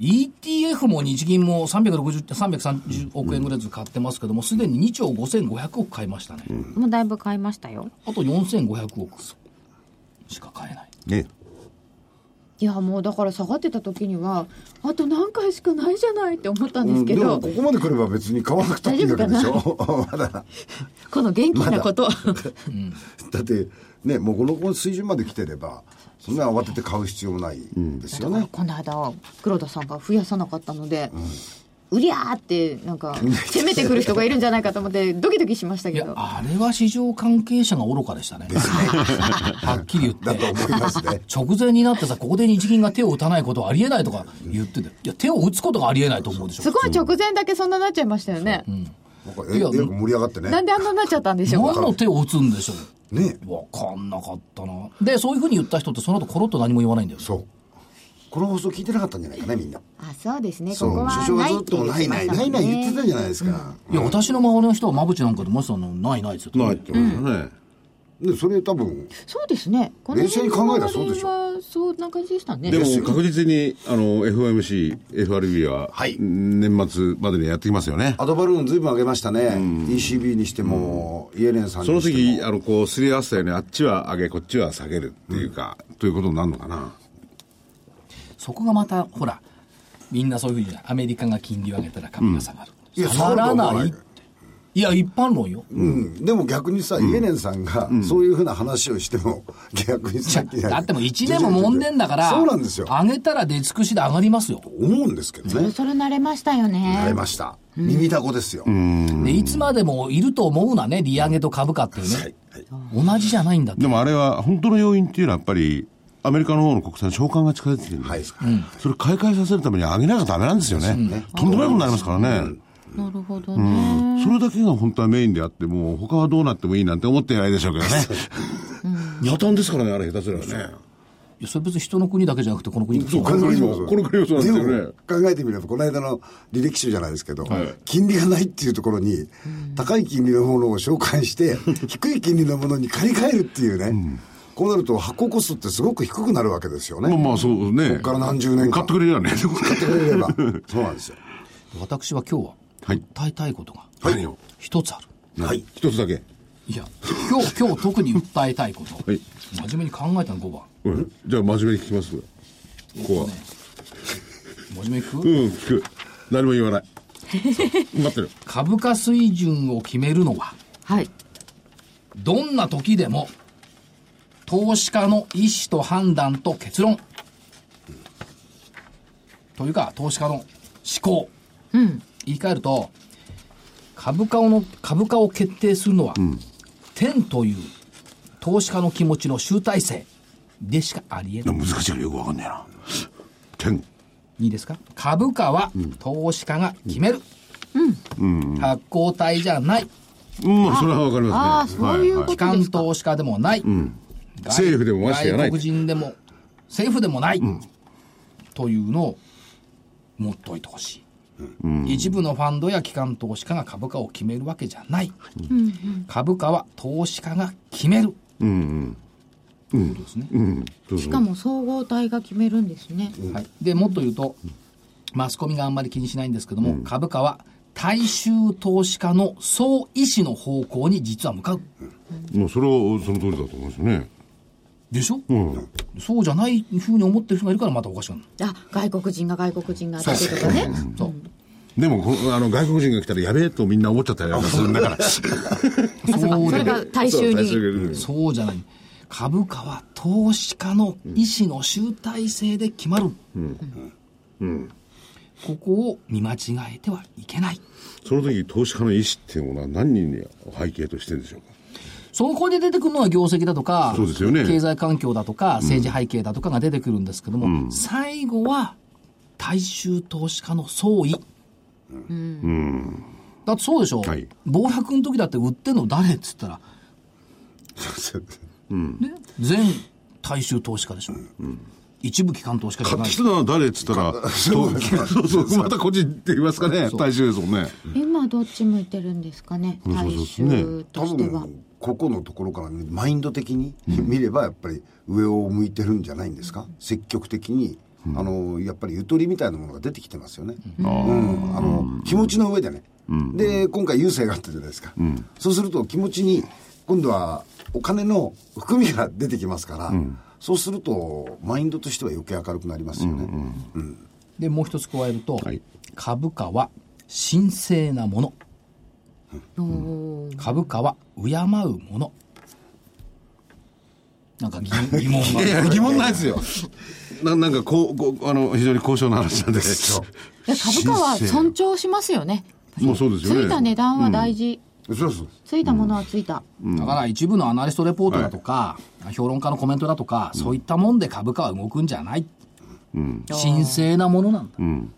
Speaker 1: ETF も日銀も360 330億円ぐらいずつ買ってますけども、すでに2兆5500億買いましたね。
Speaker 2: もうだいぶ買いましたよ
Speaker 1: あと4500億しか買えない。
Speaker 4: う。ね。
Speaker 2: いやもうだから下がってた時にはあと何回しかないじゃないって思ったんですけ
Speaker 3: うん
Speaker 2: ど、
Speaker 3: もここまで来れば別に買わなくたっていいわけでしょまだ
Speaker 5: この元気なこと、
Speaker 3: だってねもうこのこの水準まで来てればそんな慌てて買う必要もないですよね、
Speaker 2: この間黒田さんが増やさなかったので、うりゃーってなん か攻めてくる人がいるんじゃないかと思ってドキドキしました
Speaker 1: い
Speaker 2: け
Speaker 1: や、
Speaker 2: ど
Speaker 1: あれは市場関係者が愚かでしたね。 はっきり言
Speaker 3: だ
Speaker 1: っ
Speaker 3: と
Speaker 1: て。
Speaker 3: 思います ね
Speaker 1: 直前になってさ、ここで日銀が手を打たないことはありえないとか言ってて、いや、手を打つことがありえないと思うでしょ。
Speaker 2: すごい直前だけそんななっちゃいましたよね、
Speaker 3: なんかえ
Speaker 1: いや
Speaker 3: えらく盛り上がってね
Speaker 2: なんであんなになっちゃったんでしょう
Speaker 1: 何の手を打つんでしょ
Speaker 3: ね
Speaker 1: う。わかんなかったな。で、そういうふうに言った人ってその後コロッと何も言わないんだよね。
Speaker 3: そうこの放送聞いてなかったんじゃないかねみんな
Speaker 2: あそうですね
Speaker 3: そう首相がずっとないないないない言ってたじゃないですか、
Speaker 1: いや、私の周りの人はまぶちなんかでもさ、あのないないですよ。
Speaker 4: ないってことだね。
Speaker 3: でそれ多分
Speaker 2: そうですねこの
Speaker 3: 冷静に考えたらそう
Speaker 2: 辺
Speaker 3: でしょ
Speaker 2: はそんな感じでしたね
Speaker 4: でも
Speaker 3: ですよ
Speaker 4: 確実に、あの、FOMC、FRB は、
Speaker 3: はい
Speaker 4: 年末までにやってきますよね。
Speaker 3: アドバルーンずいぶん上げましたね、ECB にしても、イエレンさんにして
Speaker 4: そ
Speaker 3: も
Speaker 4: の時、あの、こう、すり合わせたように、あっちは上げ、こっちは下げるっていうか、ということになるのかな。
Speaker 1: そこがまた、ほら、みんなそういうふうに言うじゃんアメリカが金利を上げたら株が下がる。
Speaker 3: いや
Speaker 1: 下がら
Speaker 3: 下が
Speaker 1: な
Speaker 3: らないい
Speaker 1: って。いや、一般論よ。
Speaker 3: うん、でも逆にさ、イエレンさんがそういうふうな話をしても、逆にさっき
Speaker 1: だってもう1年も揉んでんだから、
Speaker 3: そうなんですよ
Speaker 1: 上げたら出尽くしで上がりますよ。
Speaker 3: 思うんですけどね
Speaker 2: それ慣れましたよね
Speaker 3: 慣れました、耳たこですよ、
Speaker 1: で、いつまでもいると思うなね、利上げと株価っていうね。
Speaker 3: はいはい
Speaker 1: 同じじゃないんだって
Speaker 4: でもあれは、本当の要因っていうのは、やっぱり、アメリカの方の国債の償還が近づいてきてるん
Speaker 3: はい
Speaker 4: ですから、それ買い替えさせるために上げなきゃダメなんですよね。とんでもないことになりますからね。
Speaker 2: なるほどね、
Speaker 4: それだけが本当はメインであっても、他はどうなってもいいなんて思ってないでしょうけどね。野端ですからね、あれ下手すればね。
Speaker 1: いやそれ別に人の国だけじゃなくて、この国も
Speaker 4: そうこの国もこの国もそうなんですよね
Speaker 3: でも考えてみればこの間の履歴書じゃないですけど、金利がないっていうところに高い金利のものを紹介して低い金利のものに借り換えるっていうね、こうなると発行コストってすごく低くなるわけですよね、
Speaker 4: まあまあそうね。こ
Speaker 3: こから何十年間
Speaker 4: 買ってくれるよね。
Speaker 3: 買ってくれればそうなんですよ
Speaker 1: 私は今日は、
Speaker 4: はい
Speaker 1: 訴えたいことが
Speaker 4: 何を
Speaker 1: 一つある。
Speaker 3: はい
Speaker 4: 一つだけ。
Speaker 1: いや、今日、 今日特に訴えたいこと。
Speaker 4: はい
Speaker 1: 真面目に考えたの5番。
Speaker 4: うんじゃあ真面目に聞きます。ここは。
Speaker 1: 真面目に聞
Speaker 4: う
Speaker 1: く
Speaker 4: ん、聞く。何も言わない。待ってる。
Speaker 1: 株価水準を決めるのは、
Speaker 5: はい
Speaker 1: どんな時でも、投資家の意思と判断と結論。というか、投資家の思考。言い換えると、株価をの、株価を決定するのは、天という投資家の気持ちの集大成でしかありえない。
Speaker 4: 難しいからよくわかんねえな。天。
Speaker 1: いいですか株価は投資家が決める。発行体じゃない。
Speaker 4: うん、それはわかり
Speaker 2: あ
Speaker 4: ま
Speaker 2: あ
Speaker 4: すね。
Speaker 2: そういうこと
Speaker 1: 機関投資家でもない。外
Speaker 4: 勢力でもましてやな
Speaker 1: 外
Speaker 4: い
Speaker 1: 国人でも、政府でもない。というのを持っておいてほしい。一部のファンドや機関投資家が株価を決めるわけじゃない。株価は投資家が決める。ということですね。
Speaker 2: しかも総合体が決めるんですね。
Speaker 1: はい、でもっと言うと、マスコミがあんまり気にしないんですけども、株価は大衆投資家の総意思の方向に実は向かう。
Speaker 4: もうそれはその通りだと思うんですね。
Speaker 1: でしょ、
Speaker 4: うん。
Speaker 1: そうじゃないふうに思ってる人がいるからまたおかしくなる。
Speaker 2: あ外国人が外国人が当たってとかね。
Speaker 1: そう。
Speaker 4: でも、このあの、外国人が来たらやべえとみんな思っちゃったりなんかするんだから。
Speaker 5: まさか
Speaker 1: そう
Speaker 5: そ
Speaker 1: だ
Speaker 5: れが大衆
Speaker 4: そう最
Speaker 5: に
Speaker 4: 終的に
Speaker 1: そうじゃない。株価は投資家の意思の集大成で決まる。ここを見間違えてはいけない。
Speaker 4: その時、投資家の意思っていうものは何人に背景としてるんでしょうか。
Speaker 1: そこで出てくるのは業績だとか、
Speaker 4: そうですよね
Speaker 1: 経済環境だとか、政治背景だとかが出てくるんですけども、最後は大衆投資家の総意。だってそうでしょ、
Speaker 4: はい
Speaker 1: 暴落の時だって売ってんの誰っつったら、ね、全大衆投資家でしょ、一部機関投資家じゃ
Speaker 4: 買っ
Speaker 1: な
Speaker 4: て
Speaker 1: い
Speaker 4: きたのは誰っつったら、そうそうそう、 また個人って言いますかね、大衆ですもんね。
Speaker 2: 今どっち向いてるんですかね。
Speaker 4: そう
Speaker 2: 大
Speaker 4: そうね
Speaker 2: 衆と
Speaker 3: 多
Speaker 2: しては。
Speaker 3: 分ここのところから見マインド的に見ればやっぱり上を向いてるんじゃないんですか、積極的に、あのやっぱりゆとりみたいなものが出てきてますよね、うんあの気持ちの上でね、で今回優勢があったじゃないですか、そうすると気持ちに今度はお金の含みが出てきますから、そうするとマインドとしては余計明るくなりますよね、
Speaker 1: でもう一つ加えると、
Speaker 4: はい
Speaker 1: 株価は神聖なもの株価は敬うものなんか疑 疑問
Speaker 4: いや
Speaker 1: が
Speaker 4: いや、疑問ないですよ。ななんかこうこう、あの、非常に高尚な話なんで。
Speaker 2: いや株価は尊重しますよね。
Speaker 4: もうそうです
Speaker 2: つ
Speaker 4: よね。
Speaker 2: いた値段は大事。
Speaker 3: そうそう
Speaker 2: ついたものはついた。
Speaker 1: だから一部のアナリストレポートだとか、評論家のコメントだとか、そういったもんで株価は動くんじゃない、神聖なものなん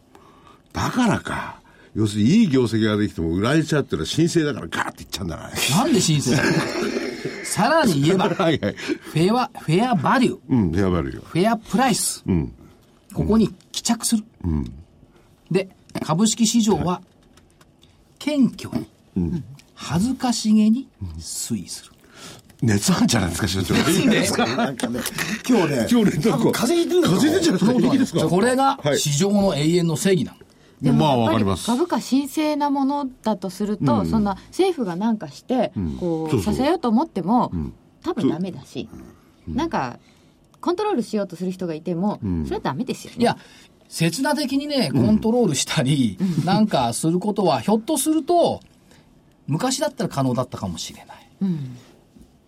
Speaker 1: だ、
Speaker 4: だからか。要するに、いい業績ができても、売られちゃうっていうのは神聖だからガーっていっちゃうんだからね。
Speaker 1: なんで神聖なの さらに言えばフ
Speaker 4: はいはい。
Speaker 1: ェアフェアバリュー
Speaker 4: うん、やばいよ。
Speaker 1: フェアプライス、ここに帰着する、で株式市場は謙虚に、恥ずかしげに推移する、
Speaker 4: 熱あんじゃないですか、社長。
Speaker 3: ですかなんかね今日ね
Speaker 4: 今日ね、なんか。
Speaker 3: 風邪ひいてるのか
Speaker 4: 風邪ひいてんじゃないですか平気ですか
Speaker 1: これが
Speaker 4: はい
Speaker 1: 市場の永遠の正義なの、
Speaker 2: でも
Speaker 4: ま
Speaker 2: や
Speaker 4: あ、
Speaker 2: っ
Speaker 4: わ
Speaker 2: ぱ
Speaker 4: か
Speaker 2: り
Speaker 4: ります。
Speaker 2: 株価神聖なものだとすると、そんな政府が何かして、こ
Speaker 4: そう
Speaker 2: う
Speaker 4: そ
Speaker 2: さ
Speaker 4: う
Speaker 2: せようと思っても、多分ダメだし、なんかコントロールしようとする人がいても、それはダメですよね。
Speaker 1: いや刹那的にねコントロールしたり、なんかすることはひょっとすると昔だったら可能だったかもしれない、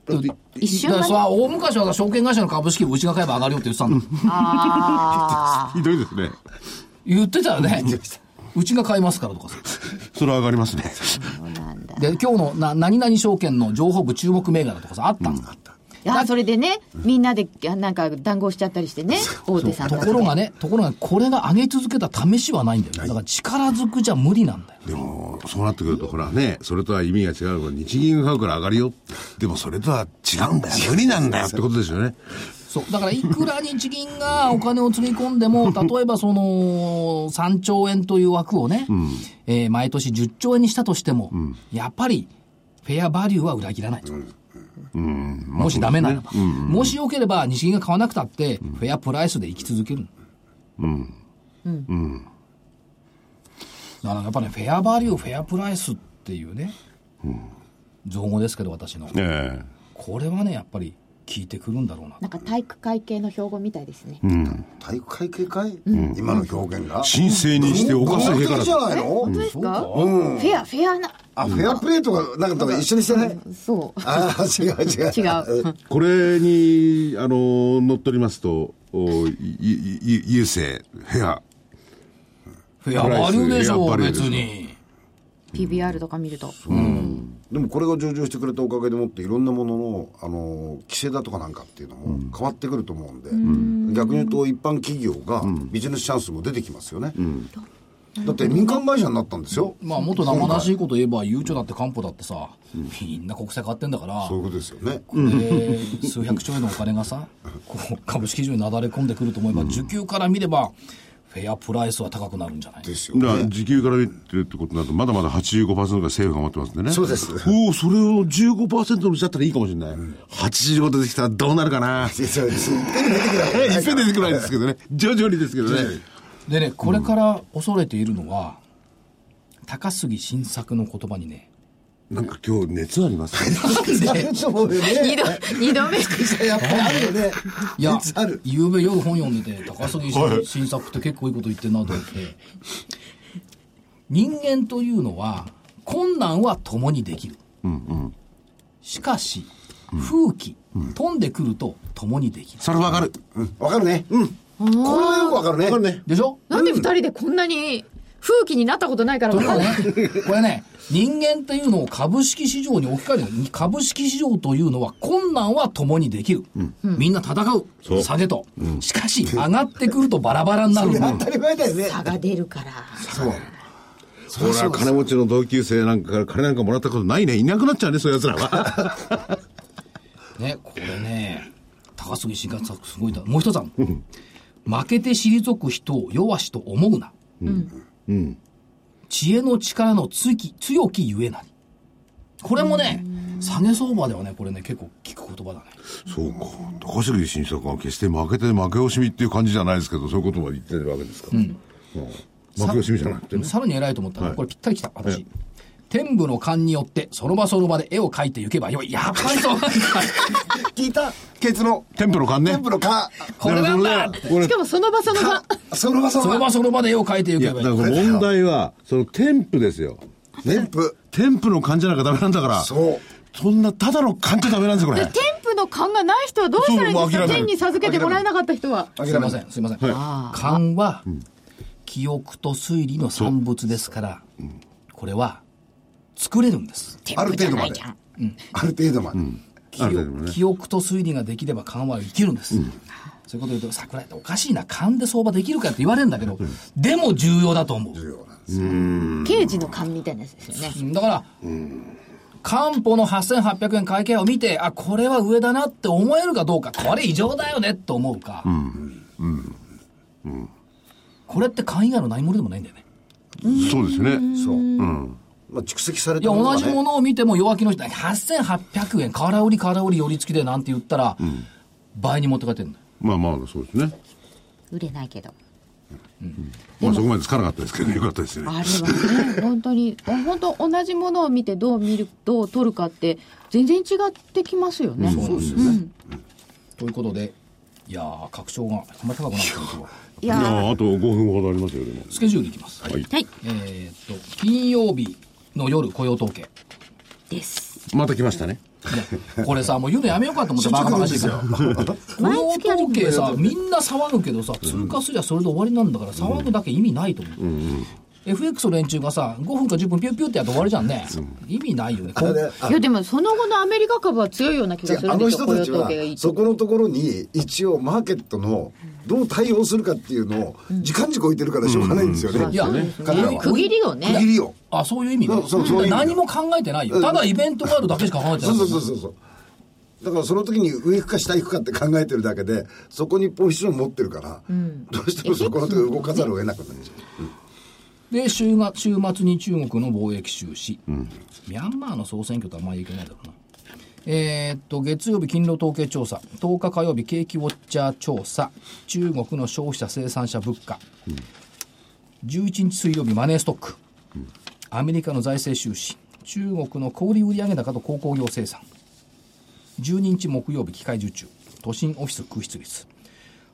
Speaker 1: だって
Speaker 2: 一瞬
Speaker 1: だ
Speaker 2: は
Speaker 1: か
Speaker 2: ね
Speaker 1: らそれは大昔はさ証券会社の株式をうちが買えば上がるよって言ってたんだ
Speaker 2: あ
Speaker 4: ひどいですね。
Speaker 1: 言ってたよねうちが買いますからとかさ
Speaker 4: それは上がりますね。
Speaker 1: で今日のな何々証券の情報部注目銘柄とかさあったんだ、
Speaker 2: ーあーそれでねみんなであなんか談合しちゃったりしてね大手さん
Speaker 1: と
Speaker 2: たち
Speaker 1: ころがねところがこれが上げ続けた試しはないんだよだから力ずくじゃ無理なんだよ
Speaker 4: でも、そうなってくると、ほらね、それとは意味が違うから、日銀が買うから上がるよ。でも、それとは違うんだよ。無理なんだよってことですよね。
Speaker 1: そうだからいくら日銀がお金を積み込んで も例えばその3兆円という枠をね、えー毎年10兆円にしたとしても、やっぱりフェアバリューは裏切らないと、もしダメならば、もしよければ日銀が買わなくたってフェアプライスで生き続ける、だからやっぱねフェアバリューフェアプライスっていうね、造語ですけど私の
Speaker 4: え
Speaker 1: これはねやっぱり効いてくるんだろうな
Speaker 2: なんか体育会系の標語みたいですね、
Speaker 3: 体育会系かい、今の表現が
Speaker 4: え。申請にして犯す
Speaker 3: 文
Speaker 4: へ
Speaker 3: 化的
Speaker 4: から
Speaker 3: じ。ゃないの
Speaker 2: 本当ですか、フェアフェアな
Speaker 3: あ、フェアプレーとか、なんかと一緒にしてない
Speaker 2: そう
Speaker 3: ああ、違う違う。
Speaker 2: 違う
Speaker 4: これに、あの、乗っ取りますと、おいいい優勢、フェア。
Speaker 1: フェアバリューでしょ
Speaker 4: フェアバリューで
Speaker 1: 別
Speaker 4: しょ
Speaker 1: に
Speaker 5: PBR とか見ると。
Speaker 3: でもこれが上場してくれたおかげでもっていろんなものの、あの規制だとかなんかっていうのも変わってくると思うんで、逆に言うと一般企業がビジネスチャンスも出てきますよね、だって民間会社になったんですよ、
Speaker 1: まあ、もっと生々しいこと言えば、ゆうちょだって官報だってさ、みんな国債買ってんだから、
Speaker 3: そういうことですよね、
Speaker 1: で数百兆円のお金がさ、こう株式市場になだれ込んでくると思えば、需給から見れば、フェアプライスは高くなるんじゃない
Speaker 3: ですよ
Speaker 4: だから
Speaker 3: ね
Speaker 4: 時給から出てるってことになると、まだまだ85%が政府が持ってますんでね。
Speaker 3: そうです
Speaker 4: おお、それを15%にしちゃったらいいかもしれない。85出てきたらどうなるかな。
Speaker 3: いやそうです一回も出てくるわけないから
Speaker 4: えいっぺん出てくないですけどね。徐々にですけどね。
Speaker 1: でね、これから恐れているのは、高杉晋作の言葉にね、
Speaker 4: なんか今日熱ありますね。
Speaker 3: そうよね
Speaker 5: 二度、二度目。
Speaker 3: やっぱりあるよね
Speaker 1: いや
Speaker 3: 熱ある、
Speaker 1: 昨べ夜本読んでて、高杉晋晋作って結構いいこと言ってるなと思って、人間というのは、困難は共にできる。しかし、風紀、飛んでくると共にできる。
Speaker 4: それわかる。
Speaker 3: わかるねうんこれはよくわかるね
Speaker 4: わかるね。
Speaker 1: でしょ
Speaker 5: なんで二人でこんなに風紀になったことないから
Speaker 1: と
Speaker 5: 分
Speaker 1: いう
Speaker 5: か
Speaker 1: こ
Speaker 5: ん
Speaker 1: と
Speaker 5: ない。
Speaker 1: ね、これね、人間っていうのを株式市場に置き換えるのに株式市場というのは困難は共にできる。みんな戦う。
Speaker 4: そう
Speaker 1: 下げと。しかし、上がってくるとバラバラになる。
Speaker 3: 当たり前だよね
Speaker 5: 差が出るから。
Speaker 3: そう
Speaker 4: それは金持ちの同級生なんかから金なんかもらったことないね。いなくなっちゃうね、そういう奴らは。
Speaker 1: ね、これね、高杉晋作すごいだ。もう一つある負けて退く人を弱しと思うな。知恵の力の強き、強きゆえなり。これもね、下げ相場ではね、これね、結構聞く言葉だね。
Speaker 4: そうか。高杉晋作は決して負けて負け惜しみっていう感じじゃないですけど、そういうことまで言ってるわけですから。うん負け惜しみじゃなくてね。
Speaker 1: さらに偉いと思ったら、
Speaker 4: はい
Speaker 1: これぴったりきた、私。天部の勘によって、その場その場で絵を描いていけばよい。やっぱり そうなんだ。
Speaker 3: 聞いたケツの
Speaker 4: テンプの勘ね。
Speaker 3: テンプのか
Speaker 1: これなんだ
Speaker 4: からそれねこれ
Speaker 5: しかもその場そ の場。
Speaker 3: その場そ
Speaker 1: その
Speaker 3: の場
Speaker 1: 場その場で絵を描いてい
Speaker 4: い
Speaker 1: け
Speaker 4: や、
Speaker 1: ば
Speaker 4: だ
Speaker 1: い
Speaker 4: か
Speaker 1: い
Speaker 4: ら。問題は、その添付ですよ。
Speaker 3: テンプ
Speaker 4: 添付の勘じゃなきゃダメなんだから。
Speaker 3: そう
Speaker 4: そんな、ただの勘じゃダメなんですよ、こ
Speaker 5: で、
Speaker 4: れ
Speaker 5: 添。付の勘がない人はどうしたらいいんです
Speaker 4: そうもう
Speaker 5: か
Speaker 4: 諦める
Speaker 5: 天に授けてもらえなかった人は。
Speaker 1: すいません、すいません。勘は、記憶と推理の産物ですから、これは、作れるんです。
Speaker 3: ある程度まである程度まで
Speaker 1: 記
Speaker 4: ある程度も
Speaker 1: 憶
Speaker 4: ね
Speaker 1: 記憶と推理ができれば勘は生きるんです。そういうこと言うと、桜井っておかしいな、勘で相場できるかって言われるんだけど、でも重要だと思う。
Speaker 5: 刑事の勘みたいなやつですよね。
Speaker 1: だから、官報の8800円会計を見て、あ、これは上だなって思えるかどうか、これ異常だよねって思うか。これって勘以外の何ものでもないんだよね。
Speaker 4: そうですね。
Speaker 3: そうまあ蓄積され
Speaker 1: い
Speaker 3: て
Speaker 1: や、同じも
Speaker 3: の
Speaker 1: のを見ても弱気の人、8800円、空売り、空売り、寄り付きでなんて言ったら、倍に持って帰ってんの。
Speaker 4: まあまあ、そうですね。
Speaker 5: 売れないけど。
Speaker 4: まあ、そこまでつかなかったですけど、よかったですね。
Speaker 5: あれはね、本当に、本当同じものを見てどう見る、どう取るかって、全然違ってきますよね。
Speaker 3: そうですよね
Speaker 1: ということで、いやー、確証があんまり高くなってると
Speaker 5: い
Speaker 4: いや
Speaker 5: やー
Speaker 4: ーあと5分ほどありますよ、でも。
Speaker 1: スケジュールいきます。
Speaker 4: はい。
Speaker 5: はい。
Speaker 1: えーっと、金曜日の夜、雇用統計。
Speaker 5: です。
Speaker 4: また来ましたね。
Speaker 1: いやこれ さ、もう言うのやめようかと思ってバカバカしいから。 雇用統計さ、みんな騒ぐけどさ、通過すりゃそれで終わりなんだから、騒ぐだけ意味ないと思う。FX の連中がさ、5分か10分ピューピューってやって終わりじゃんね。意味ないよね。こ
Speaker 3: あ
Speaker 1: う
Speaker 3: れあ
Speaker 5: いや、でもその後のアメリカ株は強いような気
Speaker 3: 違
Speaker 5: がす
Speaker 3: う
Speaker 5: る
Speaker 3: あ
Speaker 5: ん
Speaker 3: の
Speaker 5: ですよ、雇
Speaker 3: 人た
Speaker 5: 用
Speaker 3: ち
Speaker 5: 統
Speaker 3: は
Speaker 5: 計がいいと
Speaker 3: そこのところに一応マーケットのどう対応するかっていうのを時間軸置いてるからしょうがないんですよね、
Speaker 1: いや、
Speaker 3: 彼らは
Speaker 5: 区切りをね。
Speaker 3: 区切りを
Speaker 1: あ、そういう意味ね
Speaker 3: そうそうそういう意味
Speaker 1: 何も考えてないよ。ただイベントがあるだけしか考えて
Speaker 3: そ
Speaker 1: な
Speaker 3: う
Speaker 1: い。
Speaker 3: そうそうそうそうだからその時に上行くか下行くかって考えてるだけでそこにポジション持ってるから、どうしてもそこの時動かざるを得なくなっちゃう
Speaker 1: で、週が週末に中国の貿易収支。ミャンマーの総選挙とはあんまりいけないだろうな。えーっと、月曜日勤労統計調査。10日火曜日景気ウォッチャー調査。中国の消費者生産者物価。11日水曜日マネーストック。アメリカの財政収支。中国の小売売上高と鉱工業生産。12日木曜日機械受注。都心オフィス空室率。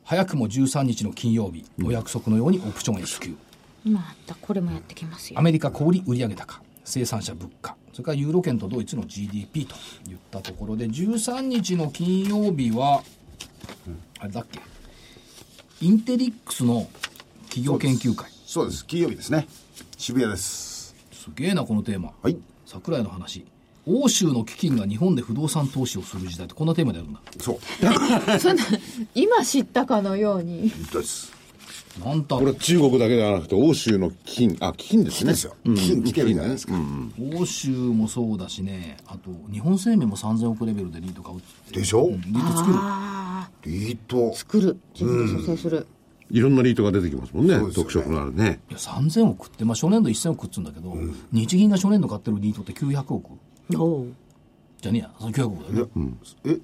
Speaker 1: 早くも13日の金曜日、お約束のようにオプションへ支給。
Speaker 5: またこれもやってきますよ
Speaker 1: ア。メリカ小売売上高、生産者物価、それからユーロ圏とドイツの GDP といったところで、13日の金曜日は、あれだっけ、インテリックスの企業研究会、
Speaker 3: そうです金曜日ですね渋谷です
Speaker 1: すげえなこのテーマ
Speaker 3: はい
Speaker 1: 桜井の話欧州の基金が日本で不動産投資をする時代ってこんなテーマであるんだ
Speaker 3: そう
Speaker 2: そんな今知ったかのように
Speaker 3: です
Speaker 1: なんたっ
Speaker 4: これは中国だけではなくて、欧州の金、あ、金ですね。
Speaker 3: ですよ金来てるんじゃないですか
Speaker 1: 欧州もそうだしねあと日本生命も3000億レベルでリート買うっつって
Speaker 3: でしょ
Speaker 1: リート作る
Speaker 2: ああ
Speaker 3: リート
Speaker 2: 作る自分で蘇生する、
Speaker 4: いろんなリートが出てきますもんね。
Speaker 3: そうですよね
Speaker 4: 特色のあるね。
Speaker 1: いや3000億って、まあ、初年度1000億っつうんだけど、日銀が初年度買ってるリートって900億
Speaker 2: おう
Speaker 1: じゃねえやその900億だよね
Speaker 3: え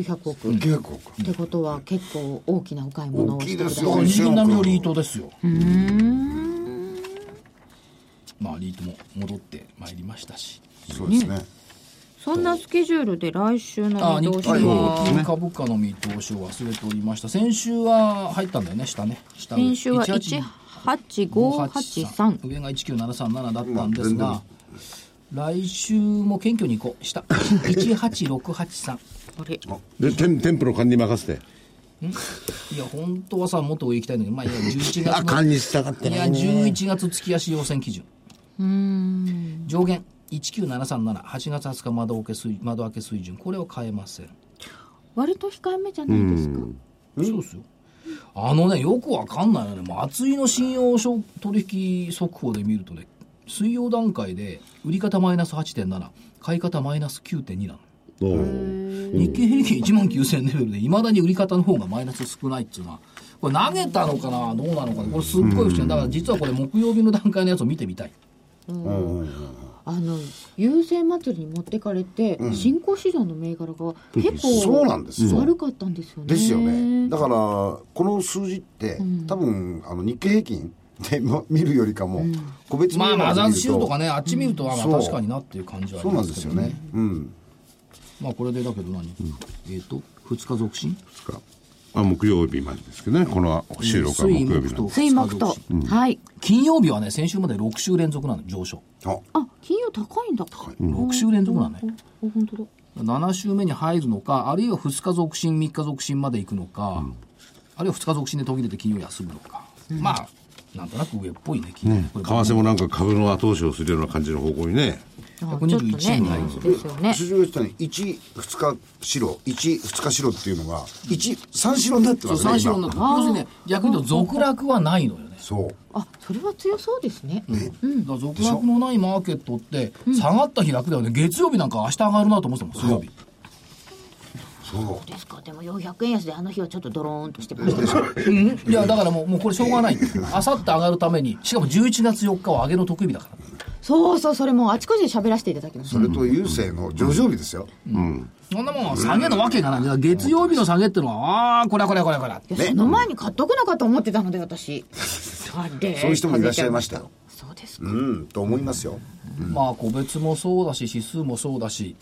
Speaker 2: 900億、っ
Speaker 3: 結構か
Speaker 2: てことは結構大きなお買い物をしてくださ
Speaker 3: 大きいです
Speaker 1: 日
Speaker 3: よ
Speaker 1: 銀並みのリートですよまあリートも戻ってまいりましたし
Speaker 3: そうですね
Speaker 2: そんなスケジュールで来週
Speaker 1: あ
Speaker 2: の
Speaker 1: あ
Speaker 2: 見
Speaker 1: 日
Speaker 2: 通し
Speaker 1: 経
Speaker 2: は
Speaker 1: 平均株価の見通しを忘れておりました先週は入ったんだよね下ね下
Speaker 2: 先週は
Speaker 1: 583
Speaker 2: 18583
Speaker 1: 上が19737だったんですが来週も謙虚に行こう下18683
Speaker 2: あれ
Speaker 4: で、店店舗の管理任せて。
Speaker 1: いや本当はさもっと上行きたいんだけどまあいや11月
Speaker 4: あ、
Speaker 1: の
Speaker 4: 管理したかった
Speaker 1: いや、11月月足要請基準。上限19737、8月20日窓開け水窓開け水準、これを変えません。
Speaker 2: 割と控えめじゃないですか
Speaker 1: そうですよ。あのね、よくわかんないよね。松井の信用証取引速報で見るとね、水曜段階で売り方マイナス8.7、買い方マイナス9.2なの。
Speaker 4: おー
Speaker 1: 日経平均1万9000レベルで、いまだに売り方の方がマイナス少ないっていうのは、これ投げたのかな、どうなのかな、これすっごい不思議なだから実はこれ木曜日の段階のやつを見てみたい。
Speaker 2: あの優勢祭りに持ってかれて、新興市場の銘柄が結構
Speaker 3: そうなんですよ
Speaker 2: 悪かったんですよね
Speaker 3: ですよねだからこの数字って多分あの日経平均でま見るよりかも個別銘
Speaker 1: まあ、マ
Speaker 3: 柄で
Speaker 1: ザー
Speaker 3: 見
Speaker 1: ズシールとか
Speaker 3: る
Speaker 1: ね、あっち見ると、まあ、
Speaker 3: そう
Speaker 1: 確かになっていう感じ
Speaker 3: と
Speaker 1: はあ
Speaker 3: そ
Speaker 1: り
Speaker 3: う
Speaker 1: ま
Speaker 3: なん
Speaker 1: す
Speaker 3: で
Speaker 1: け
Speaker 3: す
Speaker 1: ど
Speaker 3: よ
Speaker 1: ね。
Speaker 3: ねうん
Speaker 1: まあ、これでだけど何、えっ、と、2日続進
Speaker 4: あ、木曜日までですけどね。この収録は木曜日
Speaker 1: 水木
Speaker 4: なん
Speaker 1: と
Speaker 4: で。
Speaker 2: 水木と、はい
Speaker 1: 金曜日はね、先週まで6週連続なの、上昇。
Speaker 3: あ
Speaker 2: あ金曜高いんだ高い
Speaker 1: 6週連続なのね。
Speaker 2: お本当だ
Speaker 1: 7週目に入るのか、あるいは2日続進、3日続進まで行くのか、あるいは2日続進で途切れて金曜休むのか。まあ、なんとなく上っぽいね、金曜。これ
Speaker 4: 為替もなんか株の後押しをするような感じの方向にね。
Speaker 2: あ
Speaker 1: 121
Speaker 2: ちょっとね
Speaker 1: 円台
Speaker 2: ですよね
Speaker 3: 市場言ってたね12日白12日白っていうのが13白になって
Speaker 1: そ
Speaker 3: ま
Speaker 1: う、
Speaker 3: すね
Speaker 1: 三四
Speaker 3: 今
Speaker 1: 郎の、要するにね、逆に言うと続落はないのよね。
Speaker 3: そう
Speaker 2: あそれは強そうですね、
Speaker 1: だから続落のないマーケットって下がった日楽だよね、月曜日なんか明日上がるなと思ってたもん水曜日
Speaker 3: そ
Speaker 2: ですかでも400円安であの日はちょっとドローンとしてました
Speaker 1: いやだからもうもうこれしょうがないあさって上がるためにしかも11月4日は上げの得意日だから
Speaker 2: そうそうそれもうあちこちで喋らせていただきまし
Speaker 3: うそれと郵政の上場日ですよ
Speaker 1: そんなもん下げのわけがないだから月曜日の下げってのはああこれはこれはこれはこれは
Speaker 2: たいやその前に買っとくのかと思ってたので私あれ
Speaker 3: そういう人もいらっしゃいましたよ
Speaker 2: そうですか
Speaker 3: うんと思いますよ
Speaker 1: まあ個別もそうだし指数もそうだし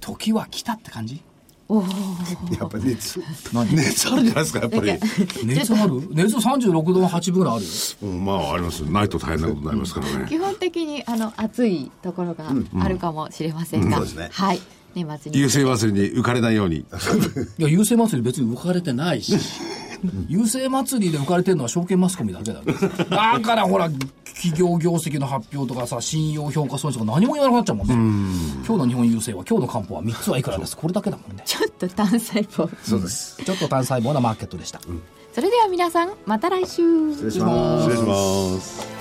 Speaker 1: 時は来たって感じ
Speaker 3: やっぱり 熱
Speaker 1: 何
Speaker 3: 熱あるじゃないですかやっぱり
Speaker 1: 熱ある熱36度の8分ぐらいあるよ
Speaker 4: うん、まあ、あります。ないと大変なことになりますから ね。
Speaker 2: 基本的にあの暑いところがあるかもしれませんが、
Speaker 3: うんそうですね
Speaker 2: はい年末に
Speaker 4: 優勢忘れに浮かれないように。
Speaker 1: いや、郵政祭り別に浮かれてない し、郵政祭りで浮かれてるのは証券マスコミだけだけどだからほら、企業業績の発表とかさ、信用評価損失とか何も言わなくなっちゃうもんね。今日の日本郵政は、今日の漢方は3つはいくらです。これだけだもんね。
Speaker 2: ちょっと単細胞
Speaker 3: そうです
Speaker 1: ちょっと単細胞なマーケットでした。
Speaker 2: それでは皆さんまた来週
Speaker 3: 失礼します
Speaker 4: 失礼します。